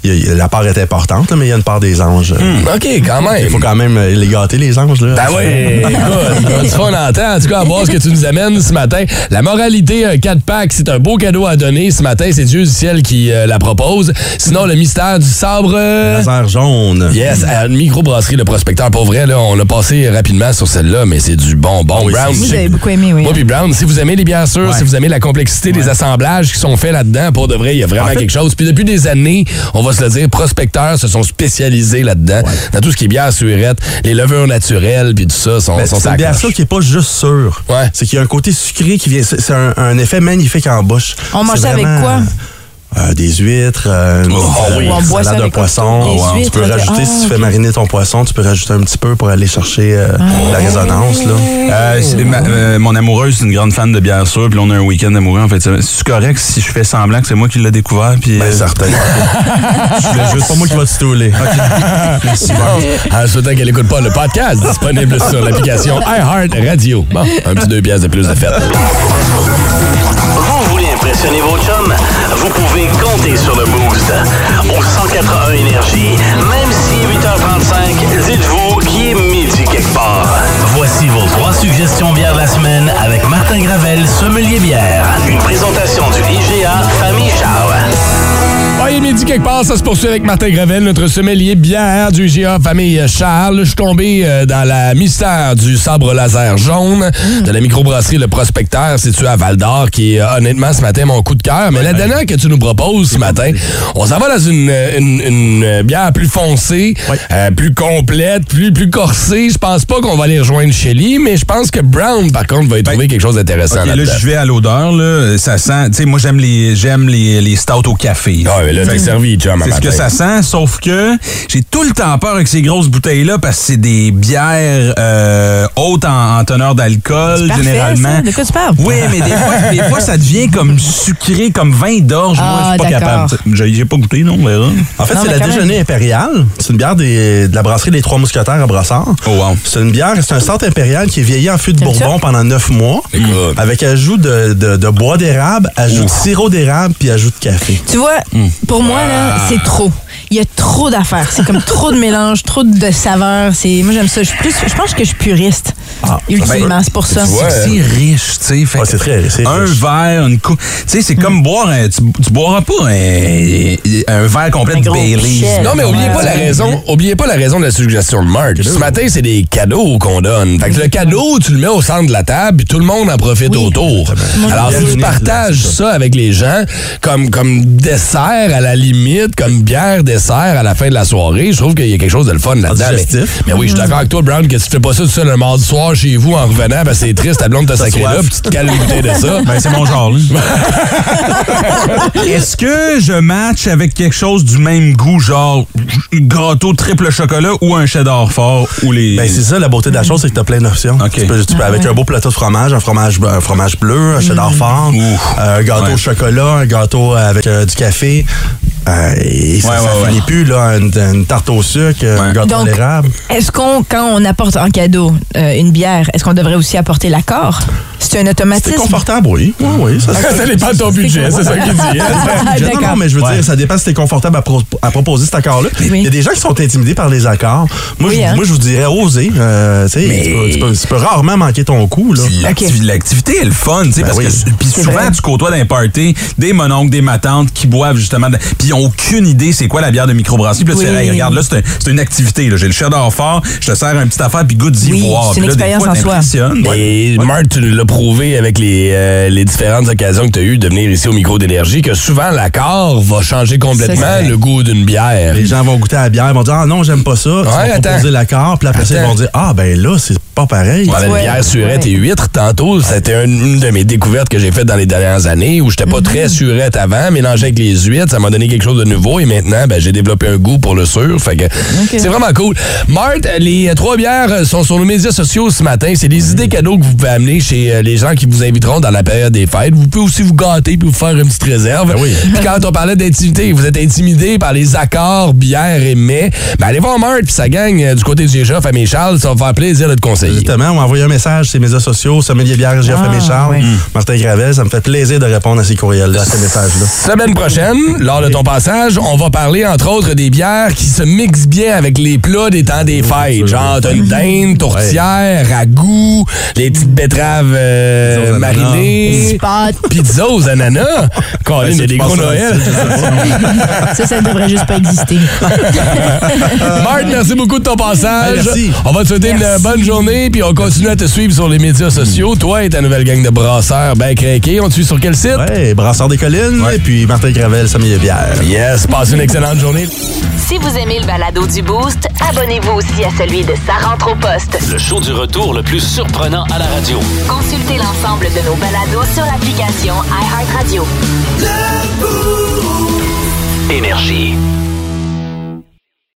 Q: y a- y a- la part est importante, là, mais il y a une part des anges.
C: Hmm, OK, quand même.
Q: Il faut quand même euh, les gâter, les anges. Là.
C: Ben oui, écoute, tu vas en entendre. En tout cas, à voir ce que tu nous amènes ce matin. La moralité, un 4-pack, c'est un beau cadeau à donner. Ce matin, c'est Dieu du ciel qui euh, la propose. Sinon, le mystère du sabre... euh,
Q: Laser jaune.
C: Yes, à une microbrasserie, le prospecteur. Pour vrai, là, on l'a passé rapidement sur celle-là, mais c'est du bonbon.
F: Oui,
C: Brown,
F: c'est- Moi,
C: chic.
F: j'avais beaucoup aimé, oui.
C: Moi, puis Brown, si vous aimez les bières sûres,
F: Ouais.
C: si vous aimez la complexité des assemblages qui sont faits là-dedans, pour de vrai, il y a vraiment quelque chose. Puis depuis des années, on va se le dire, prospecteurs se sont spécialisés là-dedans, dans tout ce qui est bière surette, les levures naturelles, puis tout ça, sont,
Q: Ben, c'est
C: sont
Q: une
C: sacrés.
Q: bière sûre qui est pas juste sûre. C'est qu'il y a un côté sucré qui vient. C'est c'est un, un effet magnifique en bouche.
F: On mange
Q: C'est
F: ça avec
Q: vraiment,
F: quoi?
Q: euh, des huîtres, euh, une
F: Oh,
Q: salade-
F: oui.
Q: une
F: Ou on boit ça
Q: salade de
F: avec
Q: poisson.
F: autre chose. Des
Q: Tu peux
F: huîtres,
Q: rajouter,
F: ah,
Q: si tu
F: ok. Ah,
Q: fais mariner ton poisson, tu peux rajouter un petit peu pour aller chercher euh, la résonance. Là.
C: Oh.
D: Euh, c'est ma- euh, mon amoureuse, c'est une grande fan de bière sûre, puis là, on a un week-end amoureux, en fait. C'est correct si je fais semblant que c'est moi qui l'ai découvert, puis. Ben,
Q: certain. je voulais juste pas moi qui va te stouler.
C: Merci, Brown. En souhaitant qu'elle n'écoute pas le podcast disponible sur l'application iHeart Radio. Bon, un petit deux pièces de plus de fête.
H: Vous voulez impressionner vos chums? Vous pouvez compter sur le boost. Au 181 Énergie, même si 8h35, dites-vous qu'il est midi quelque part. Voici vos trois suggestions bières de la semaine avec Martin Gravel, sommelier bière. Une présentation du IGA Famille Charles.
C: Ouais, il est midi quelque part, ça se poursuit avec Martin Gravel, notre sommelier bière du GA Famille Charles. Je suis tombé euh, dans la mystère du sabre laser jaune de la microbrasserie Le Prospecteur, située à Val-d'Or, qui est euh, honnêtement ce matin mon coup de cœur. Mais la dernière que tu nous proposes ce matin, on s'en va dans une, euh, une- une, euh, bière plus foncée, euh, plus complète, plus, plus corsée. Je pense pas qu'on va aller rejoindre Shelly, mais je pense que Brown, par contre, va y trouver quelque chose d'intéressant
D: Ben, Ok, là,
C: là-dedans.
D: je vais à l'odeur, là. Ça sent. Tu sais, moi, j'aime les, j'aime les, les stouts au café.
C: Ah, mais là, t'es
D: Fait que
C: servi, chum, à
D: C'est ce
C: matin.
D: que ça sent, sauf que j'ai tout le temps peur avec ces grosses bouteilles-là parce que c'est des bières euh, hautes en, en teneur d'alcool,
F: Parfait,
D: généralement.
F: ça. De quoi tu parles?
D: Oui, mais des fois, des fois, ça devient comme sucré, comme vin
Q: Oh,
D: d'orge. Moi, je
F: Ah,
D: suis pas
F: d'accord.
D: capable. J'ai j'ai pas goûté, non, on verra.
Q: En fait, c'est la déjeuner impériale. C'est une bière des- de la brasserie des Trois Mousquetaires à Brassard.
D: Oh,
Q: C'est une bière, c'est un centre impérial qui est vieilli en fût de Bourbon pendant neuf mois, avec ajout de, de- de bois d'érable, ajout de sirop d'érable, puis ajout de café.
F: Tu vois,
Q: Hmm.
F: pour moi,
Q: Ah.
F: là, c'est trop. Il y a trop d'affaires. C'est comme trop de mélange, trop de saveurs. C'est, moi, j'aime ça. Je suis plus, je pense que je suis puriste.
Q: Ah, ben,
F: ultimement, c'est pour ça.
Q: euh,
D: C'est c'est riche, tu sais. fait que Un verre, une coupe. Tu sais, c'est
F: Mm.
D: comme boire. un- tu, tu boiras pas un, un verre complet de Bailey's.
C: Non, mais oubliez pas la raison. Oubliez pas la raison de la suggestion de Mark. Ce matin, c'est des cadeaux qu'on donne. Fait que le cadeau, tu le mets au centre de la table, puis tout le monde en profite autour. Alors, si tu partages ça avec les gens, comme, comme dessert à la limite, comme bière dessert à la fin de la soirée, je trouve qu'il y a quelque chose de le fun là-dedans. Mais,
Q: Digestif.
C: mais oui, je suis d'accord avec toi, Brown, que si tu fais pas ça tout seul un mardi soir tard chez vous en revenant, ben c'est triste, ta blonde t'a
G: T'as
C: sacré là,
G: soif.
C: puis tu te cales une bouteille de ça.
G: Ben, c'est mon genre, là.
D: Est-ce que je match avec quelque chose du même goût, genre gâteau triple chocolat ou un cheddar fort ou les.
Q: Ben, c'est ça, la beauté de la chose, c'est que t'as plein d'options. Tu peux, tu peux-
F: Ah
Q: avec un beau plateau de fromage, un fromage, un fromage bleu, un
F: Mm.
Q: cheddar fort, euh, un gâteau au chocolat, un gâteau avec euh, du café. Euh, et ça,
D: Ouais,
Q: ça
D: ouais,
Q: finit
D: ouais.
Q: plus, là, une, une tarte au sucre, un gâteau à
F: Donc,
Q: l'érable.
F: Est-ce qu'on, quand on apporte en cadeau euh, une bière, est-ce qu'on devrait aussi apporter l'accord? C'est un automatisme.
Q: C'est confortable, oui. Oui, oui. Ça,
C: Ah, Ça dépend de ton Ah, budget, c'est ça qu'il dit.
Q: Non, non, mais je veux dire, ça dépend si t'es confortable à, pro- à proposer cet accord-là. Il y a des gens qui sont intimidés par les accords. Moi,
F: Oui,
Q: je,
F: hein.
Q: moi, je vous dirais oser. Euh, tu sais, tu, peux, tu peux- tu peux rarement manquer ton coup. là.
D: Puis l'activi- L'activité est le fun, tu sais,
Q: Ben
D: parce
Q: oui.
D: que puis
Q: C'est
D: souvent
Q: vrai.
D: tu côtoies dans les parties des mononcles, des matantes qui boivent justement, de- puis ils ont aucune idée c'est quoi la bière de microbrasserie. Puis là, tu
F: Oui.
D: fais, Hey, regarde, là c'est un- c'est une activité. là. J'ai le cheddar fort, je te sers un petit affaire puis goûte d'y
F: Oui,
D: voir.
F: c'est une
D: Puis là, des
F: expérience
D: fois,
F: en soi. Ben,
D: t'impressionnes.
C: Et Marc, tu l'as prouvé avec les, euh, les différentes occasions que tu as eues de venir ici au micro d'énergie que souvent l'accord va changer complètement le goût d'une bière.
Q: Les gens vont goûter à la bière, ils vont dire Ah non, j'aime pas ça. Ils
C: Ouais,
Q: vont
C: attends.
Q: proposer l'accord, puis après ça, ils
C: Attends.
Q: vont dire Ah ben là, c'est pas pareil.
C: On avait une bière surette et huître tantôt. C'était une, une de mes découvertes que j'ai faites dans les dernières années où j'étais
F: Mm-hmm.
C: pas très surette avant, mélangé avec les huîtres, ça m'a donné quelque chose de nouveau et maintenant, ben, j'ai développé un goût pour le sûr. Fait que c'est vraiment cool. Marthe, les euh, trois bières euh, sont sur nos médias sociaux ce matin. C'est des idées cadeaux que vous pouvez amener chez euh, les gens qui vous inviteront dans la période des fêtes. Vous pouvez aussi vous gâter puis vous faire une petite réserve.
Q: Ah
C: Puis quand on parlait d'intimité, vous êtes intimidé par les accords bière et mets. Ben, allez voir Marthe puis sa gang euh, du côté du Gécha, famille Charles, ça va faire plaisir de te conseiller.
Q: Exactement, on m'a envoyé un message sur les médias sociaux, Sommelier Bière, Jeff
C: Ah,
Q: et Charles,
C: oui.
Q: Martin Gravel, ça me fait plaisir de répondre à ces courriels-là, à ces messages-là.
C: Semaine prochaine, lors de ton passage, on va parler entre autres des bières qui se mixent bien avec les plats des temps des fêtes. Genre, t'as une dinde, tourtière, ragoût, les petites betteraves euh, marinées, pizza aux ananas. Colin, il y a des gros Noël.
F: ça, ça ne devrait juste pas exister.
C: Marc, merci beaucoup de ton passage.
F: Ouais, merci.
C: On va te souhaiter une bonne journée, puis on continue à te suivre sur les médias sociaux. Toi et ta nouvelle gang de brasseurs, ben craqués. On te suit sur quel site?
Q: Ouais, Brasseur des Collines, et puis Martin Gravel, Sommelier Bière.
C: Yes, passe une excellente journée.
A: Si vous aimez le balado du Boost, abonnez-vous aussi à celui de Sa rentre au poste.
H: Le show du retour le plus surprenant à la radio.
A: Consultez l'ensemble de nos balados sur l'application iHeartRadio.
H: Énergie.